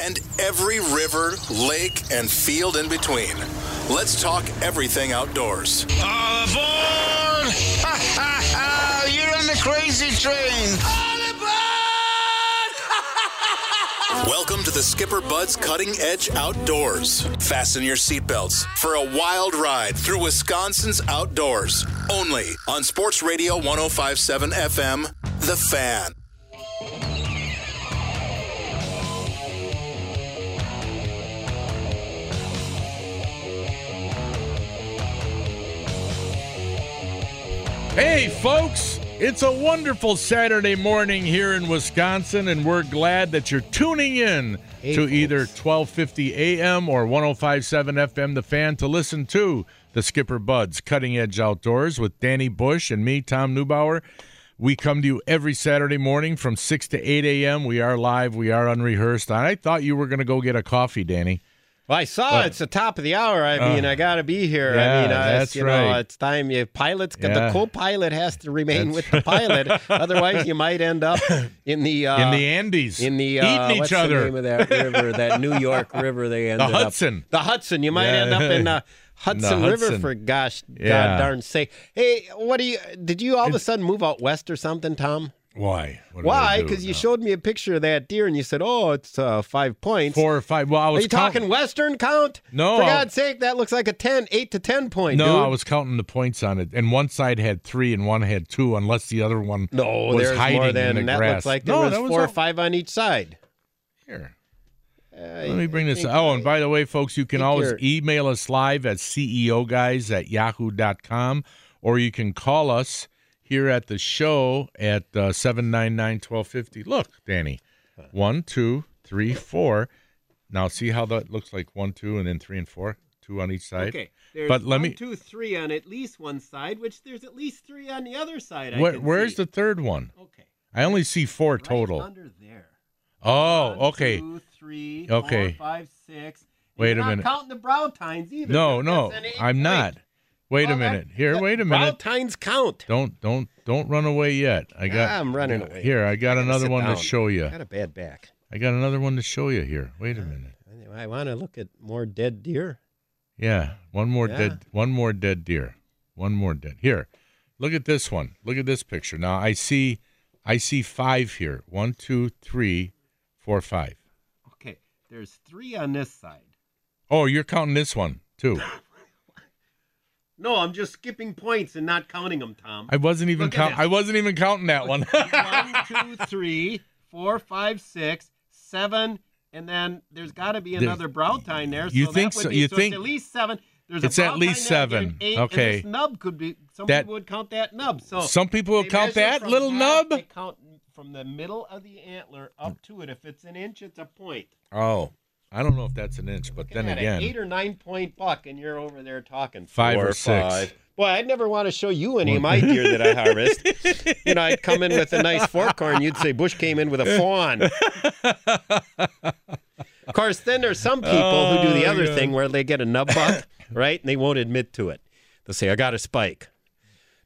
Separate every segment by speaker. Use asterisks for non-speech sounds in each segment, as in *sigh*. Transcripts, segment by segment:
Speaker 1: and every river, lake, and field in between. Let's talk everything outdoors.
Speaker 2: All aboard! Ha ha ha! *laughs* You're on the crazy train!
Speaker 1: Welcome to the Skipper Bud's Cutting Edge Outdoors. Fasten your seatbelts for a wild ride through Wisconsin's outdoors. Only on Sports Radio 1057 FM, The Fan.
Speaker 3: Hey, folks, it's a wonderful Saturday morning here in Wisconsin, and we're glad that you're tuning in
Speaker 4: Hey,
Speaker 3: to
Speaker 4: folks.
Speaker 3: either 1250 AM or 1057 FM, the fan, to listen to the Skipper Buds Cutting Edge Outdoors with Danny Bush and me, Tom Neubauer. We come to you every Saturday morning from 6 to 8 a.m. We are live, we are unrehearsed. I thought you were going to go get a coffee, Danny.
Speaker 4: Well, I saw it's the top of the hour. I mean, I got to be here. I
Speaker 3: Uh, yeah,
Speaker 4: mean, I,
Speaker 3: that's
Speaker 4: you know,
Speaker 3: right.
Speaker 4: it's time you pilots.
Speaker 3: Yeah.
Speaker 4: The co-pilot has to remain
Speaker 3: That's
Speaker 4: with the
Speaker 3: *laughs*
Speaker 4: pilot, otherwise you might end up in the uh,
Speaker 3: in the Andes.
Speaker 4: in the uh,
Speaker 3: eating each
Speaker 4: what's the
Speaker 3: other.
Speaker 4: name of that river, that New York river
Speaker 3: *laughs*
Speaker 4: they ended up-
Speaker 3: Hudson.
Speaker 4: the Hudson. You might
Speaker 3: Yeah.
Speaker 4: end up in the
Speaker 3: *laughs*
Speaker 4: Hudson
Speaker 3: The
Speaker 4: River
Speaker 3: Hudson.
Speaker 4: for gosh
Speaker 3: Yeah.
Speaker 4: god darn sake. Hey, what do you did you all of a sudden move out west or something, Tom?
Speaker 3: Why? What did I
Speaker 4: Why?
Speaker 3: do?
Speaker 4: Because you showed me a picture of that deer and you said, "Oh, it's uh, five points."
Speaker 3: four or five. Well, I
Speaker 4: Are
Speaker 3: was
Speaker 4: you
Speaker 3: count-
Speaker 4: talking Western count?
Speaker 3: No,
Speaker 4: For
Speaker 3: I'll-
Speaker 4: God's sake, that looks like a 10, 8 to 10 point.
Speaker 3: No,
Speaker 4: dude.
Speaker 3: I was counting the points on it, and one side had three, and one had two, unless the other one
Speaker 4: No,
Speaker 3: was
Speaker 4: there's
Speaker 3: hiding
Speaker 4: more than
Speaker 3: in the
Speaker 4: that.
Speaker 3: grass.
Speaker 4: Looks like there
Speaker 3: no,
Speaker 4: was,
Speaker 3: that was
Speaker 4: four
Speaker 3: all-
Speaker 4: or five on each side.
Speaker 3: Here.
Speaker 4: Uh,
Speaker 3: Let me bring this. Oh, and by the way, folks, you can
Speaker 4: think
Speaker 3: always
Speaker 4: you're-
Speaker 3: email us live at ceoguys at yahoo.com, or you can call us here at the show at uh, 799 1250. Look, Danny. One, two, three, four. Now, see how that looks like one, two, and then three and four? Two on each side?
Speaker 4: There's
Speaker 3: But let me-
Speaker 4: two, three on at least one side, which there's at least three on the other side.
Speaker 3: Where, where's the third one?
Speaker 4: Okay.
Speaker 3: I only see four total.
Speaker 4: under there.
Speaker 3: Oh, okay. Okay. Wait a minute.
Speaker 4: counting the Browntimes either.
Speaker 3: No, no, I'm not. Wait a
Speaker 4: Well, that-
Speaker 3: minute. Here, wait a minute.
Speaker 4: Browntimes count.
Speaker 3: Don't, don't, don't run away yet. I got.
Speaker 4: Ah, I'm running away.
Speaker 3: Here, I got
Speaker 4: gotta
Speaker 3: another
Speaker 4: sit
Speaker 3: one to
Speaker 4: down.
Speaker 3: show you.
Speaker 4: Got a bad back.
Speaker 3: I got another one to show you here. Wait a minute.
Speaker 4: I want to look at more dead deer.
Speaker 3: Yeah, one more
Speaker 4: Yeah.
Speaker 3: dead. One more dead deer. One more dead. Here, look at this one. Look at this picture. Now I see, I see five here. One, two, three, four, five.
Speaker 4: Okay, there's three on this side.
Speaker 3: Oh, you're counting this one too.
Speaker 4: No, I'm just skipping points and not counting them, Tom.
Speaker 3: I wasn't even
Speaker 4: Look at
Speaker 3: count.
Speaker 4: this.
Speaker 3: I wasn't even counting that one.
Speaker 4: *laughs* One, two, three, four, five, six, seven, and then there's got to be
Speaker 3: There-
Speaker 4: another Brownstein there.
Speaker 3: you
Speaker 4: so
Speaker 3: think
Speaker 4: that would
Speaker 3: so-
Speaker 4: Be,
Speaker 3: you
Speaker 4: so
Speaker 3: think-
Speaker 4: it's at least seven? There's
Speaker 3: It's
Speaker 4: a
Speaker 3: at
Speaker 4: Brownstein
Speaker 3: least
Speaker 4: there, there's
Speaker 3: seven.
Speaker 4: Eight,
Speaker 3: Okay.
Speaker 4: And this nub could be. Some
Speaker 3: That-
Speaker 4: people would count that nub. So
Speaker 3: Some people will
Speaker 4: Oh, they
Speaker 3: count
Speaker 4: measure
Speaker 3: that
Speaker 4: from
Speaker 3: little
Speaker 4: half,
Speaker 3: nub. Mm.
Speaker 4: They count from the middle of the antler up to it. If it's an inch, it's a point.
Speaker 3: Oh, I don't know if that's an inch, but then
Speaker 4: Looking at
Speaker 3: again,
Speaker 4: an eight or nine point buck, and you're over there talking
Speaker 3: Five
Speaker 4: four
Speaker 3: or six.
Speaker 4: five. Boy, I'd never want to show you any of my deer that
Speaker 3: *laughs*
Speaker 4: I harvest. you know, I'd come in with a nice fork horn. You'd say Bush came in with a fawn. of course, then there's some people who do the
Speaker 3: Oh,
Speaker 4: other
Speaker 3: yeah.
Speaker 4: thing where they get a nub
Speaker 3: *laughs*
Speaker 4: buck, right? And they won't admit to it. They'll say, "I got a spike."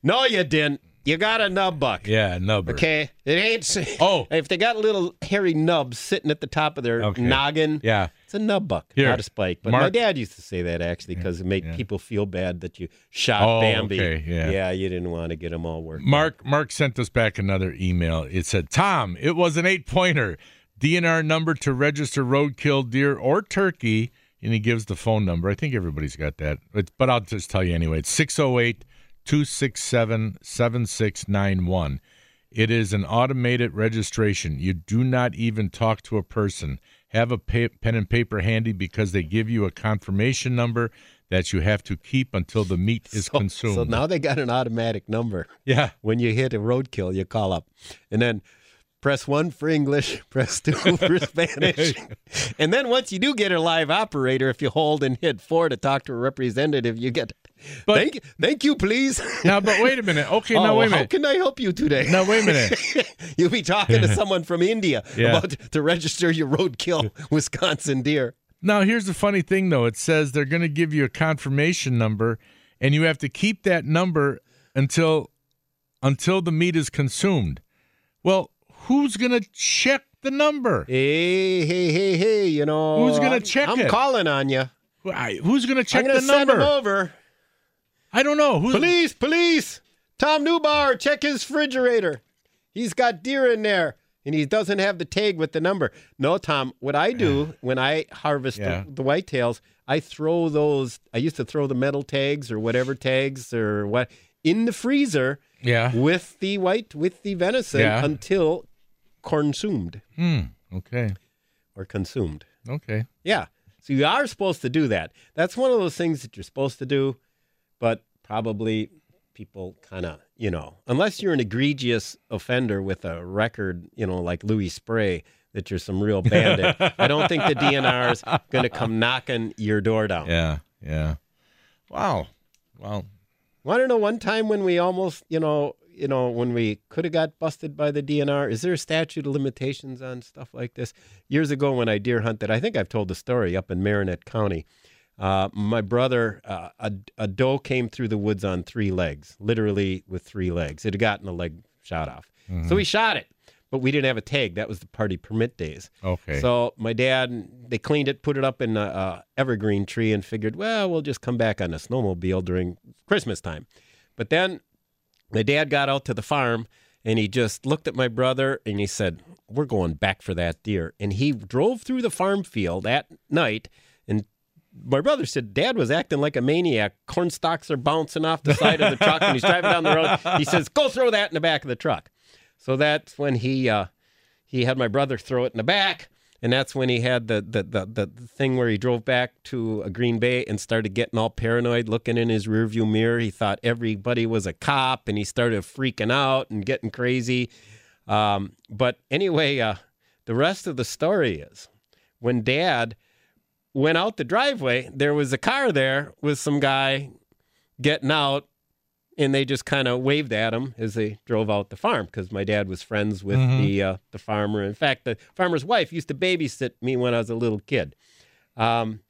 Speaker 4: No, you didn't. You got a nub buck.
Speaker 3: yeah, number.
Speaker 4: Okay, it ain't.
Speaker 3: Oh.
Speaker 4: *laughs* if they got little hairy nubs sitting at the top of their
Speaker 3: Okay.
Speaker 4: noggin,
Speaker 3: Yeah,
Speaker 4: it's a nub buck,
Speaker 3: Here,
Speaker 4: not a spike. But my
Speaker 3: Mark-
Speaker 4: dad used to say that actually because it made people feel bad that you shot
Speaker 3: Oh,
Speaker 4: Bambi.
Speaker 3: okay, yeah.
Speaker 4: you didn't want to get them all
Speaker 3: *laughs*
Speaker 4: worked.
Speaker 3: Mark. Mark sent us back another email. It said, "Tom, it was an eight-pointer. DNR number to register roadkill deer or turkey." And he gives the phone number. I think everybody's got that. But, but I'll just tell you anyway. It's 608 267 7691. It is an automated registration. You do not even talk to a person. Have a pa- pen and paper handy because they give you a confirmation number that you have to keep until the meat is
Speaker 4: *laughs* So-
Speaker 3: consumed.
Speaker 4: So now they got an automatic number.
Speaker 3: yeah.
Speaker 4: When you hit a roadkill, you call up, and then press one for English, *laughs*
Speaker 3: *laughs*
Speaker 4: press two for Spanish, *laughs* and then once you do get a live operator, if you hold and hit four to talk to a representative, you get.
Speaker 3: But-
Speaker 4: thank, thank you, please.
Speaker 3: Now, but wait a minute. Okay,
Speaker 4: oh,
Speaker 3: now wait a
Speaker 4: how
Speaker 3: minute.
Speaker 4: can I help you today?
Speaker 3: Now wait a
Speaker 4: *laughs*
Speaker 3: minute.
Speaker 4: You'll be talking to someone from India
Speaker 3: Yeah.
Speaker 4: about to register your roadkill Wisconsin deer.
Speaker 3: Now here's the funny thing though. It says they're going to give you a confirmation number, and you have to keep that number until until the meat is consumed. Well, who's going to check the number.
Speaker 4: Hey, hey, hey, hey, you know.
Speaker 3: Who's gonna
Speaker 4: I'm-
Speaker 3: check
Speaker 4: I'm
Speaker 3: it?
Speaker 4: calling on you.
Speaker 3: Who- I- Who's going to
Speaker 4: I'm
Speaker 3: check
Speaker 4: going
Speaker 3: the
Speaker 4: to send him
Speaker 3: number?
Speaker 4: over.
Speaker 3: I don't know. Who's
Speaker 4: Police, police. Tom Newbar, check his refrigerator. He's got deer in there and he doesn't have the tag with the number. No, Tom, what I do when I harvest
Speaker 3: Yeah.
Speaker 4: the, the whitetails, I throw those, I used to throw the metal tags or whatever tags or what in the freezer
Speaker 3: Yeah.
Speaker 4: with the white, with the venison
Speaker 3: Yeah.
Speaker 4: until consumed
Speaker 3: Hmm. Okay.
Speaker 4: or consumed.
Speaker 3: Okay.
Speaker 4: Yeah. So you are supposed to do that. That's one of those things that you're supposed to do, but probably people kind of, you know, unless you're an egregious offender with a record, you know, like Louis Spray, that you're some real bandit. I don't think the DNR is going to come knocking your door down.
Speaker 3: Yeah. Yeah. Wow. Wow.
Speaker 4: Want to know one time when we almost, you know, you know, when we could have got busted by the DNR? Is there a statute of limitations on stuff like this? Years ago, when I deer hunted, I think I've told the story up in Marinette County. Uh, my brother, uh, a, a doe came through the woods on three legs, literally with three legs. It had gotten a leg shot off, so we shot it, but we didn't have a tag. That was the party permit days.
Speaker 3: Okay.
Speaker 4: So my dad, they cleaned it, put it up in a, a evergreen tree, and figured, well, we'll just come back on a snowmobile during Christmas time. But then my dad got out to the farm, and he just looked at my brother, and he said, "We're going back for that deer." And he drove through the farm field that night, and my brother said dad was acting like a maniac. Corn stalks are bouncing off the side of the truck, and he's driving down the road. He says, "Go throw that in the back of the truck." So that's when he uh, he had my brother throw it in the back, and that's when he had the the the, the the thing where he drove back to uh, Green Bay and started getting all paranoid, looking in his rearview mirror. He thought everybody was a cop, and he started freaking out and getting crazy. Um, but anyway, uh, the rest of the story is when Dad went out the driveway, there was a car there with some guy getting out, and they just kind of waved at him as they drove out the farm because my dad was friends with the uh, the farmer. In fact, the farmer's wife used to babysit me when I was a little kid. Um,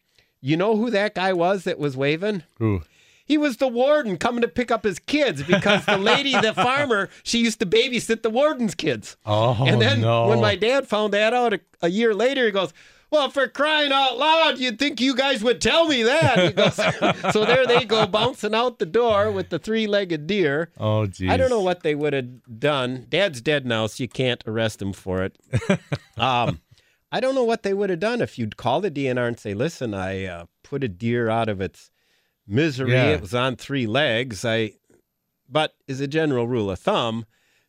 Speaker 4: you know who that guy was that was waving?
Speaker 3: Ooh.
Speaker 4: He was the warden coming to pick up his kids because the lady, the farmer, she used to babysit the warden's kids.
Speaker 3: Oh
Speaker 4: And then
Speaker 3: no.
Speaker 4: when my dad found that out a, a year later, he goes, "Well, for crying out loud, you'd think you guys would tell me that." He goes, *laughs* so there they go bouncing out the door with the three-legged deer.
Speaker 3: oh geez.
Speaker 4: I don't know what they would have done. Dad's dead now, so you can't arrest him
Speaker 3: *laughs*
Speaker 4: for it. um, I don't know what they would have done if you'd call the DNR and say, "Listen, I uh, put a deer out of its misery.
Speaker 3: Yeah.
Speaker 4: It was on three legs. I, but as a general rule of thumb,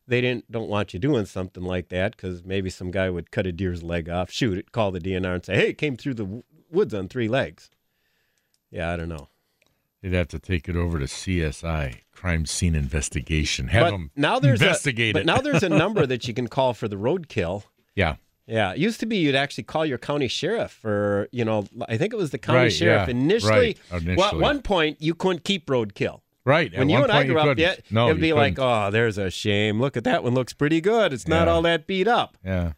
Speaker 4: they didn't don't want you doing something like that because maybe some guy would cut a deer's leg off, shoot it, call the DNR and say, "Hey, it came through the w- woods on three legs." Yeah, I don't know.
Speaker 3: They'd have to take it over to CSI, crime scene investigation. Have them investigate
Speaker 4: a,
Speaker 3: it.
Speaker 4: But now there's
Speaker 3: *laughs*
Speaker 4: a number that you can call for the roadkill.
Speaker 3: yeah.
Speaker 4: Yeah, it used to be you'd actually call your county sheriff, or you know, I think it was the county
Speaker 3: Right,
Speaker 4: sheriff
Speaker 3: yeah,
Speaker 4: initially.
Speaker 3: right,
Speaker 4: Well, at
Speaker 3: initially.
Speaker 4: one point, you couldn't keep roadkill.
Speaker 3: Right. At
Speaker 4: When you
Speaker 3: one
Speaker 4: and I
Speaker 3: point,
Speaker 4: grew up,
Speaker 3: couldn't.
Speaker 4: yeah,
Speaker 3: no,
Speaker 4: it'd
Speaker 3: you
Speaker 4: be like,
Speaker 3: couldn't.
Speaker 4: "Oh, there's a shame. Look at that one; looks pretty good. It's not
Speaker 3: Yeah.
Speaker 4: all that beat up."
Speaker 3: yeah,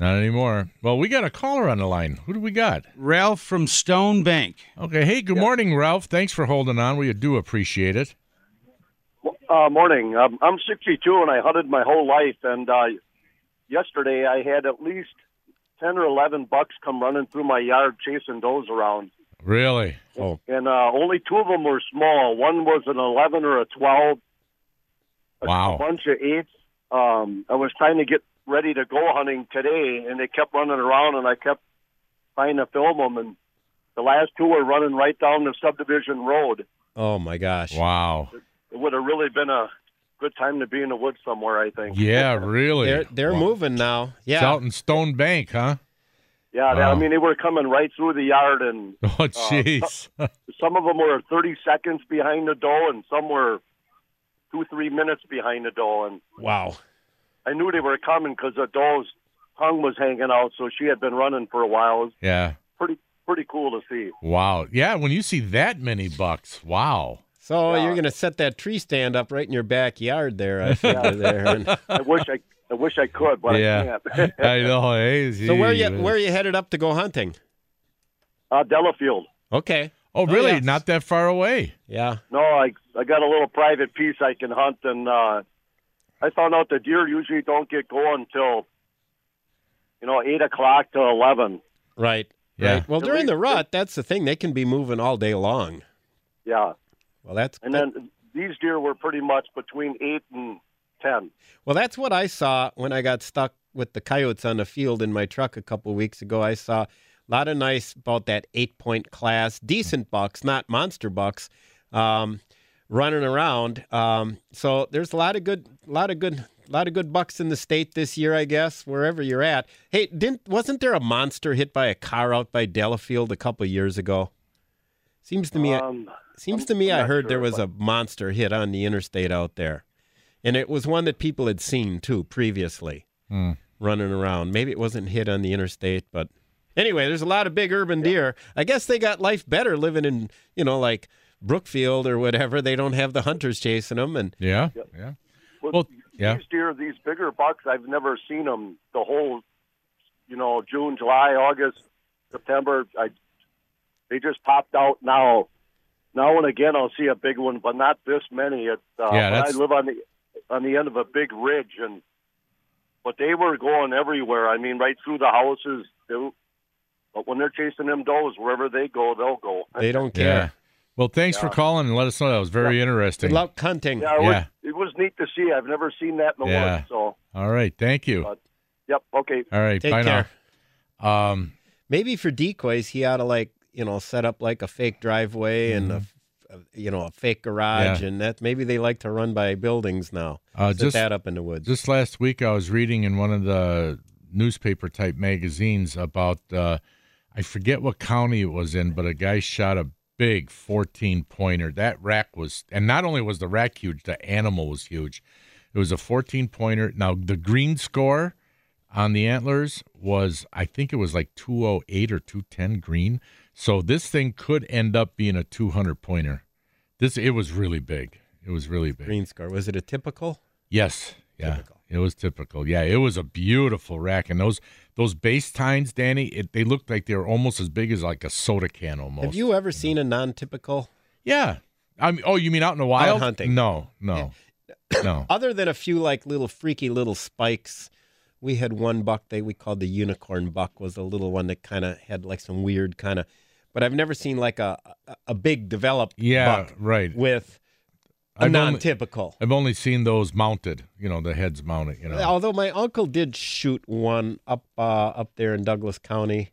Speaker 3: not anymore. Well, we got a caller on the line. Who do we got?
Speaker 5: Ralph from Stone Bank.
Speaker 3: Okay. Hey, good morning, Ralph. Thanks for holding on. We do appreciate it.
Speaker 6: Uh, morning. Um, I'm 62 and I hunted my whole life. And uh, yesterday I had at least 10 or 11 bucks come running through my yard chasing does around.
Speaker 3: Really?
Speaker 4: Oh,
Speaker 6: And uh, only two of them were small. One was an 11 or a 12, a
Speaker 3: Wow.
Speaker 6: bunch of eights. Um, I was trying to get ready to go hunting today and they kept running around and I kept trying to film them. And the last two were running right down the subdivision road.
Speaker 4: oh my gosh!
Speaker 3: Wow.
Speaker 6: It would have really been a good time to be in the woods somewhere, I think.
Speaker 3: Yeah, really.
Speaker 4: They're they're
Speaker 3: Wow.
Speaker 4: moving now.
Speaker 3: It's
Speaker 4: Yeah,
Speaker 3: out in Stone Bank, huh? *laughs*
Speaker 6: Yeah, they-
Speaker 3: Wow.
Speaker 6: I mean, they were coming right through the yard, and
Speaker 3: Oh, jeez.
Speaker 6: some of them were 30 seconds behind the doe, and some were two, three minutes behind the doe. And
Speaker 4: wow.
Speaker 6: I knew they were coming because the doe's tongue was hanging out, so she had been running for a while. It was
Speaker 3: yeah.
Speaker 6: pretty, pretty cool to see.
Speaker 3: Wow. Yeah. When you see that many bucks, wow.
Speaker 4: So you're gonna set that tree stand up right in your backyard there, I figure there. And-
Speaker 3: *laughs*
Speaker 6: I wish I, I wish I could, but
Speaker 3: yeah.
Speaker 6: I *laughs* can't.
Speaker 3: I know. eh?
Speaker 4: so where are you
Speaker 3: Gee,
Speaker 4: where are you headed up to go hunting?
Speaker 6: uh, Delafield.
Speaker 4: Okay.
Speaker 3: Oh, really?
Speaker 4: yeah.
Speaker 3: Not that far away.
Speaker 4: Yeah.
Speaker 6: No, I, I got a little private piece I can hunt, and uh, I found out the deer usually don't get going until you know, 8 o'clock to 11.
Speaker 4: Right.
Speaker 3: Yeah.
Speaker 4: Right. Well,
Speaker 6: At
Speaker 4: during the
Speaker 6: least-
Speaker 4: rut, that's the thing. They can be moving all day long.
Speaker 6: Yeah.
Speaker 4: Well, that's
Speaker 6: And then these deer were pretty much between 8 and 10.
Speaker 4: Well, that's what I saw when I got stuck with the coyotes on the field in my truck a couple weeks ago. I saw a lot of nice about that eight point class, decent bucks, not monster bucks, um, running around. Um, so there's a lot of good, lot of good, lot of good bucks in the state this year, I guess, wherever you're at. Hey, didn't wasn't there a monster hit by a car out by Delafield a couple years ago? Seems to me.
Speaker 6: Um,
Speaker 4: Seems
Speaker 6: I'm-
Speaker 4: to me
Speaker 6: I'm
Speaker 4: I
Speaker 6: not
Speaker 4: heard there
Speaker 6: sure,
Speaker 4: was
Speaker 6: but-
Speaker 4: a monster hit on the interstate out there. And it was one that people had seen too previously
Speaker 3: Hmm.
Speaker 4: running around. Maybe it wasn't hit on the interstate, but anyway, there's a lot of big urban deer. I guess they got life better living in, you know, like Brookfield or whatever. They don't have the hunters chasing them and
Speaker 3: Yeah. Yeah.
Speaker 6: Well,
Speaker 3: Well, yeah.
Speaker 6: These deer, these bigger bucks, I've never seen them the whole, you know, June, July, August, September. I, they just popped out now. Now and again, I'll see a big one, but not this many. It, uh,
Speaker 3: Yeah,
Speaker 6: but I
Speaker 3: that's-
Speaker 6: live on the on the end of a big ridge, and but they were going everywhere. I mean, right through the houses. They, but when they're chasing them does, wherever they go, they'll go.
Speaker 4: they don't
Speaker 3: Yeah.
Speaker 4: care.
Speaker 3: Well, thanks for calling and let us know. That was very interesting.
Speaker 4: Good luck hunting.
Speaker 6: Yeah, it,
Speaker 3: Yeah.
Speaker 6: Was, it was neat to see. I've never seen that in the
Speaker 3: Yeah.
Speaker 6: woods. So,
Speaker 3: All right. Thank you.
Speaker 6: But- yep, okay.
Speaker 3: All right.
Speaker 4: Take
Speaker 3: bye
Speaker 4: care.
Speaker 3: now. Um,
Speaker 4: Maybe for decoys, he ought to like, you know, set up like a fake driveway and a, a- you know, a fake garage
Speaker 3: Mm-hmm. Yeah.
Speaker 4: and that maybe they like to run by buildings now.
Speaker 3: uh,
Speaker 4: Set
Speaker 3: just
Speaker 4: that up in the woods.
Speaker 3: Just last week, I was reading in one of the newspaper type magazines about uh, I forget what county it was in, but a guy shot a big 14 pointer. That rack was, and not only was the rack huge, the animal was huge. It was a 14 pointer. Now, the green score on the antlers was, I think it was like 208 or 210 green. So this thing could end up being a 200 pointer. This, it was really big. It was really big.
Speaker 4: Green score. Was it a typical?
Speaker 3: Yes. Yeah.
Speaker 4: Typical.
Speaker 3: It was typical. Yeah, it was a beautiful rack, and those those base tines, Danny, it, they looked like they were almost as big as like a soda can almost.
Speaker 4: Have you ever seen a non-typical?
Speaker 3: Yeah. I mean, oh, you mean out in the wild?
Speaker 4: hunting.
Speaker 3: No, no,
Speaker 4: *coughs*
Speaker 3: no.
Speaker 4: Other than a few like little freaky little spikes, we had one buck that we called the unicorn buck was a little one that kind of had like some weird kind of, but I've never seen like a a- a big developed
Speaker 3: Yeah,
Speaker 4: buck
Speaker 3: right.
Speaker 4: with a
Speaker 3: I've only,
Speaker 4: non-typical.
Speaker 3: I've only seen those mounted. You know, the heads mounted. You know.
Speaker 4: Although my uncle did shoot one up uh, up there in Douglas County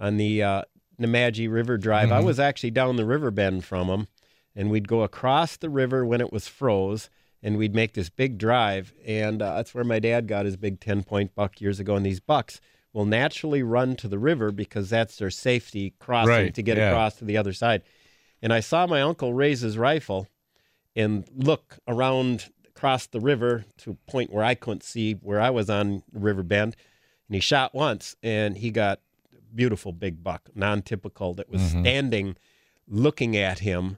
Speaker 4: on the uh, Nemadji River Drive.
Speaker 3: Mm-hmm.
Speaker 4: I was actually down the river bend from him, and we'd go across the river when it was froze, and we'd make this big drive. And uh, that's where my dad got his big 10 point buck years ago. And these bucks will naturally run to the river because that's their safety crossing
Speaker 3: Right,
Speaker 4: to get
Speaker 3: yeah.
Speaker 4: across to the other side. And I saw my uncle raise his rifle and look around across the river to a point where I couldn't see where I was on the river bend. And he shot once and he got a beautiful big buck, non typical, that was
Speaker 3: Mm-hmm.
Speaker 4: standing looking at him,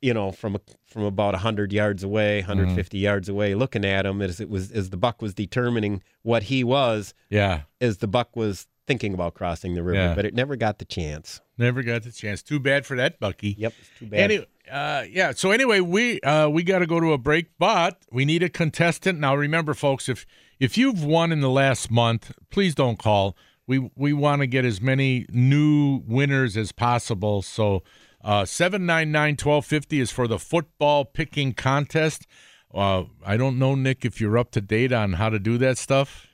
Speaker 4: you know, from from about 100 yards away,
Speaker 3: Mm-hmm.
Speaker 4: 150 yards away, looking at him as it was as the buck was determining what he was
Speaker 3: yeah.
Speaker 4: as the buck was thinking about crossing the river,
Speaker 3: Yeah.
Speaker 4: but it never got the chance.
Speaker 3: Never got the chance. Too bad for that, Bucky.
Speaker 4: Yep, it's too bad.
Speaker 3: Any, uh, yeah. So anyway, we uh, we got to go to a break, but we need a contestant now. Remember, folks, if if you've won in the last month, please don't call. We we want to get as many new winners as possible. So uh, seven nine nine twelve fifty is for the football picking contest. Uh, I don't know, Nick, if you're up to date on how to do that stuff.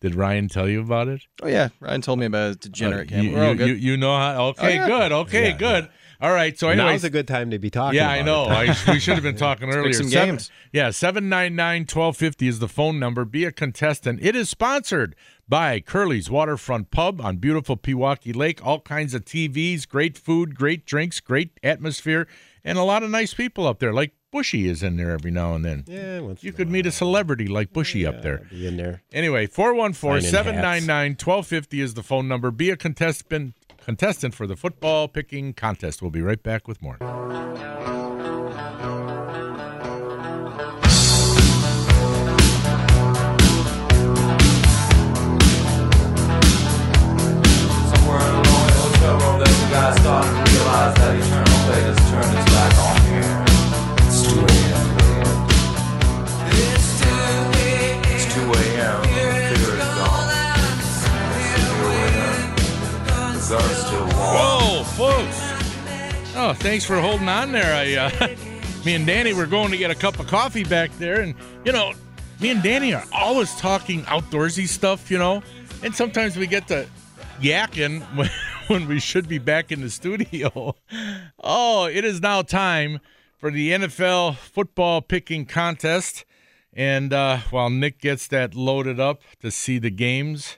Speaker 3: Did Ryan tell you about it?
Speaker 7: Oh yeah, Ryan told me about his degenerate
Speaker 3: Uh,
Speaker 7: camp.
Speaker 3: you,
Speaker 7: We're all
Speaker 3: you-
Speaker 7: good. Oh,
Speaker 3: you- you know how? Okay, good. Okay, good. All right. So anyway,
Speaker 4: Now's a good time to be talking.
Speaker 3: yeah, I
Speaker 4: about
Speaker 3: know.
Speaker 4: it.
Speaker 3: I, we should have
Speaker 4: *laughs*
Speaker 3: been talking earlier.
Speaker 7: some
Speaker 3: Seven-
Speaker 7: games.
Speaker 3: yeah, 799 1250 is the phone number. Be a contestant. It is sponsored by Curly's Waterfront Pub on beautiful Pewaukee Lake. All kinds of TVs, great food, great drinks, great atmosphere, and a lot of nice people up there. Like Bushy is in there every now and then.
Speaker 4: Yeah, once
Speaker 3: You
Speaker 4: in a
Speaker 3: could meet a celebrity like Bushy up there.
Speaker 4: while, be in there.
Speaker 3: Anyway, 414
Speaker 4: Signing
Speaker 3: 799 1250 is the phone number. Be a contestant contestant for the football picking contest. We'll be right back with more.
Speaker 8: Somewhere along El Chorro, there's a guy starting to realize that eternal fate has turned its back on him. It's 2 a.m. It's 2 a.m. The figure is gone. faces are still warm.
Speaker 3: Whoa, folks. Oh, thanks for holding on there. I, uh, *laughs* me and Danny were going to get a cup of coffee back there, and you know, me and Danny are always talking outdoorsy stuff, you know, and sometimes we get to yakking *laughs* when, when we should be back in the studio. *laughs* Oh, it is now time for the NFL football picking contest, and uh, while Nick gets that loaded up to see the games,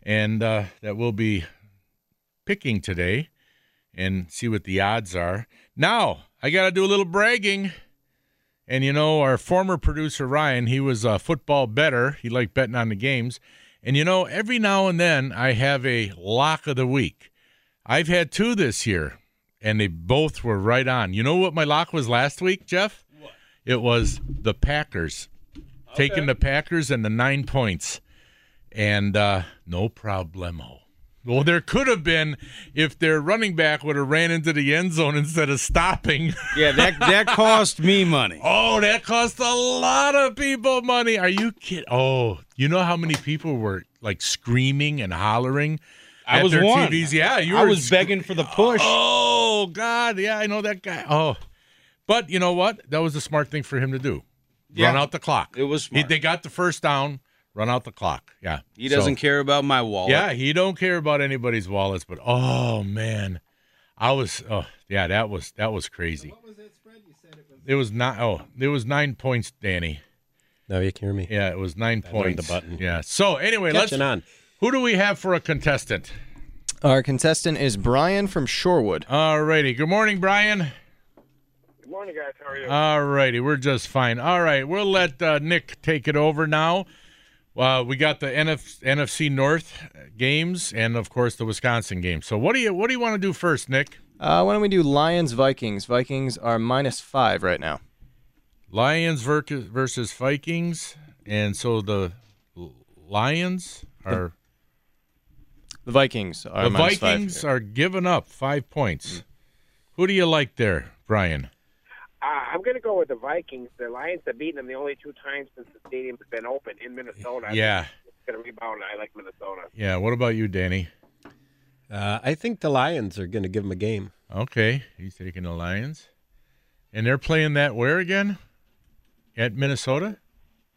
Speaker 3: and uh, that will be picking today and see what the odds are. Now, I got to do a little bragging. And you know, our former producer Ryan, he was a football better. He liked betting on the games. And you know, every now and then I have a lock of the week. I've had two this year, and they both were right on. You know what my lock was last week, Jeff? What? It was the Packers. Taking the Packers and the nine points. And uh, no problemo. Well, there could have been if their running back would have ran into the end zone instead of stopping. *laughs*
Speaker 5: Yeah, that that cost me money.
Speaker 3: Oh, that cost a lot of people money. Are you kidding? Oh, you know how many people were like screaming and hollering?
Speaker 5: I
Speaker 3: at
Speaker 5: was
Speaker 3: their
Speaker 5: one.
Speaker 3: TVs? Yeah, you
Speaker 5: I
Speaker 3: were
Speaker 5: was
Speaker 3: sc-
Speaker 5: begging for the push.
Speaker 3: Oh God, yeah, I know that guy. Oh, but you know what? That was a smart thing for him to do. Run
Speaker 5: Yeah.
Speaker 3: out the clock.
Speaker 5: It was
Speaker 3: He-
Speaker 5: smart.
Speaker 3: they got the first down. Run out the clock. Yeah.
Speaker 5: He doesn't
Speaker 3: So-
Speaker 5: care about my wallet.
Speaker 3: yeah, he don't care about anybody's wallets, but oh man, I was oh yeah, that was that was crazy. What was that spread? You said it was. It was not. Oh, it was nine points, Danny.
Speaker 4: Now you can hear me.
Speaker 3: Yeah, it was nine
Speaker 4: learned
Speaker 3: points.
Speaker 4: the button.
Speaker 3: Yeah. So anyway,
Speaker 4: Catching
Speaker 3: let's.
Speaker 4: on.
Speaker 3: Who do we have for a contestant?
Speaker 7: Our contestant is Brian from Shorewood.
Speaker 3: All righty. Good morning, Brian.
Speaker 6: Good morning, guys. How are you?
Speaker 3: All righty, we're just fine. All right, we'll let uh, Nick take it over now. Uh, we got the NF- NFC North games, and of course the Wisconsin game. So what do you what do you want to do first, Nick?
Speaker 7: Uh, why don't we do Lions Vikings? Vikings are minus five right now.
Speaker 3: Lions ver- versus Vikings, and so the L- Lions are
Speaker 7: The Vikings are
Speaker 3: the
Speaker 7: minus five.
Speaker 3: Vikings are giving up five points. Who do you like there, Brian?
Speaker 9: Uh, I'm going to go with the Vikings. The Lions have beaten them the only two times since the stadium's been open in Minnesota.
Speaker 3: Yeah,
Speaker 9: It's going to rebound. I like Minnesota.
Speaker 3: yeah. What about you, Danny?
Speaker 4: Uh, I think the Lions are going to give him a game.
Speaker 3: Okay, he's taking the Lions, and they're playing that where again? At Minnesota?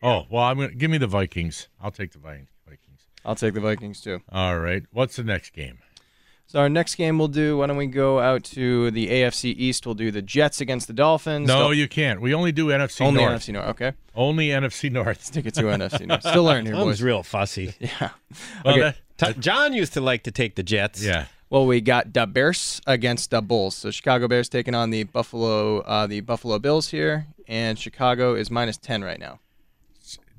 Speaker 3: Oh, well, I'm gonna give me the Vikings. I'll take the Vi- Vikings.
Speaker 7: I'll take the Vikings too.
Speaker 3: All right. What's the next game?
Speaker 7: So our next game we'll do. Why don't we go out to the AFC East? We'll do the Jets against the Dolphins.
Speaker 3: No,
Speaker 7: Dol-
Speaker 3: you can't. We only do NFC
Speaker 7: only
Speaker 3: North.
Speaker 7: NFC North. Okay,
Speaker 3: Only NFC North.
Speaker 7: stick it *laughs* to NFC North. Still learning here, boys.
Speaker 4: Tom's
Speaker 3: *laughs*
Speaker 4: real fussy.
Speaker 7: Yeah.
Speaker 3: Well,
Speaker 7: Okay.
Speaker 3: that-
Speaker 4: T- John used to like to take the Jets.
Speaker 3: yeah.
Speaker 7: Well, we got the Bears against the Bulls. So Chicago Bears taking on the Buffalo uh, the Buffalo Bills here, and Chicago is minus ten right now.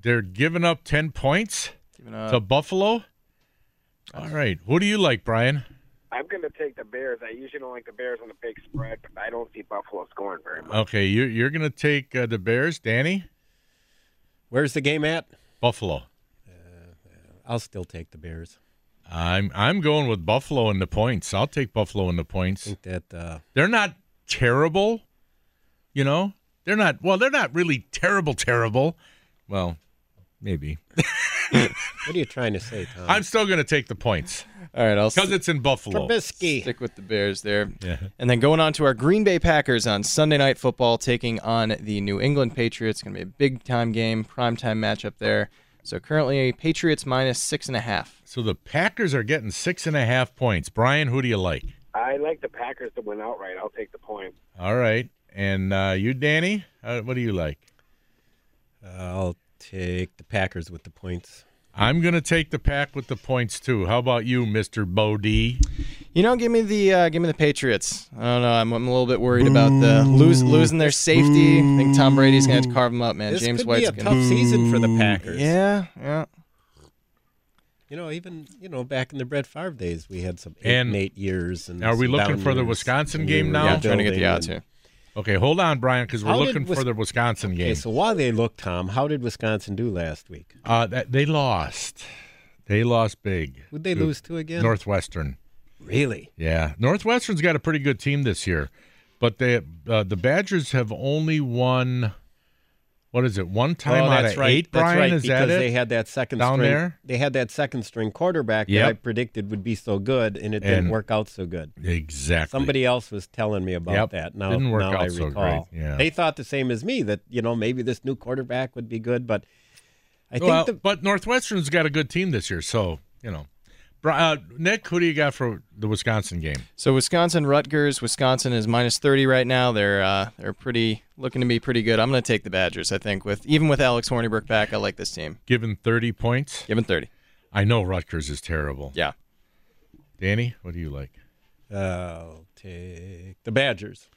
Speaker 3: They're giving up 10 points
Speaker 7: Giving up-
Speaker 3: to Buffalo. All right. What do you like, Brian?
Speaker 9: I'm going to take the Bears. I usually don't like the Bears on the big spread, but I don't see Buffalo scoring very much.
Speaker 3: Okay, you, you're going to take uh, the Bears, Danny?
Speaker 4: Where's the game at?
Speaker 3: Buffalo.
Speaker 4: I'll still take the Bears.
Speaker 3: I'm I'm going with Buffalo and the points. I'll take Buffalo and the
Speaker 4: I
Speaker 3: points.
Speaker 4: think that uh,
Speaker 3: They're not terrible, you know. They're not well. They're not really terrible, terrible. Well, maybe.
Speaker 4: What are you trying to say, Tom?
Speaker 3: I'm still going to take the points
Speaker 7: All right, I'll
Speaker 3: because it's in Buffalo.
Speaker 4: Trubisky.
Speaker 7: *laughs* stick with the Bears there.
Speaker 3: Yeah.
Speaker 7: And then going on to our Green Bay Packers on Sunday Night Football, taking on the New England Patriots. Going to be a big time game, prime time matchup there. So currently, Patriots minus six and a half.
Speaker 3: So the Packers are getting six and a half points. Brian, who do you like?
Speaker 9: I like the Packers to win outright. I'll take the point.
Speaker 3: All right, and uh, you, Danny, uh, what do you like?
Speaker 4: I'll take the Packers with the points.
Speaker 3: I'm going to take the pack with the points too. How about you, Mister Bodie?
Speaker 7: You know, give me the uh, give me the Patriots. I don't know. I'm, I'm a little bit worried about the lose, losing their safety. I think Tom Brady's going to carve them up, man.
Speaker 4: this
Speaker 7: James
Speaker 4: could
Speaker 7: White's
Speaker 4: be a
Speaker 7: gonna-
Speaker 4: tough season for the Packers.
Speaker 7: Yeah, yeah.
Speaker 4: You know, even you know, back in the Brett Favre days, we had some eight
Speaker 3: And
Speaker 4: and, eight years. And
Speaker 3: are we
Speaker 4: some
Speaker 3: looking
Speaker 4: down
Speaker 3: for the
Speaker 4: years,
Speaker 3: Wisconsin
Speaker 4: and
Speaker 3: game
Speaker 4: were
Speaker 3: now?
Speaker 7: Yeah,
Speaker 3: Yeah,
Speaker 7: I'm trying to get the
Speaker 4: rebuilding
Speaker 7: odds
Speaker 4: and-
Speaker 7: here.
Speaker 3: Okay, hold on, Brian, because we're
Speaker 4: How did
Speaker 3: looking
Speaker 4: Wis-
Speaker 3: for the Wisconsin game.
Speaker 4: Okay, so while they look, Tom, how did Wisconsin do last week?
Speaker 3: Uh, that, they lost. They lost big.
Speaker 4: Would they
Speaker 3: to
Speaker 4: lose to again?
Speaker 3: Northwestern.
Speaker 4: Really?
Speaker 3: Yeah, Northwestern's got a pretty good team this year, but they uh, the Badgers have only won. what is it? One time
Speaker 4: Oh,
Speaker 3: out
Speaker 4: that's
Speaker 3: of
Speaker 4: right.
Speaker 3: eight, Brian.
Speaker 4: that's right,
Speaker 3: is
Speaker 4: because
Speaker 3: that it?
Speaker 4: they had that second
Speaker 3: Down
Speaker 4: string.
Speaker 3: there?
Speaker 4: They had that second string quarterback
Speaker 3: Yep.
Speaker 4: that I predicted would be so good, and it
Speaker 3: And-
Speaker 4: didn't work out so good.
Speaker 3: exactly.
Speaker 4: Somebody else was telling me about
Speaker 3: Yep.
Speaker 4: that. Now,
Speaker 3: Didn't work
Speaker 4: now
Speaker 3: out
Speaker 4: I
Speaker 3: so great.
Speaker 4: recall.
Speaker 3: Yeah.
Speaker 4: They thought the same as me that you know maybe this new quarterback would be good, but I think
Speaker 3: Well,
Speaker 4: the
Speaker 3: but Northwestern's got a good team this year, so you know. Bri- Uh, Nick, who do you got for the Wisconsin game?
Speaker 7: So Wisconsin Rutgers, Wisconsin is minus 30 right now. They're uh, they're pretty looking to be pretty good. I'm going to take the Badgers. I think with even with Alex Hornibrook back, I like this team.
Speaker 3: Given thirty points,
Speaker 7: Give him 30.
Speaker 3: I know Rutgers is terrible.
Speaker 7: Yeah.
Speaker 3: Danny, what do you like?
Speaker 4: I'll take the Badgers.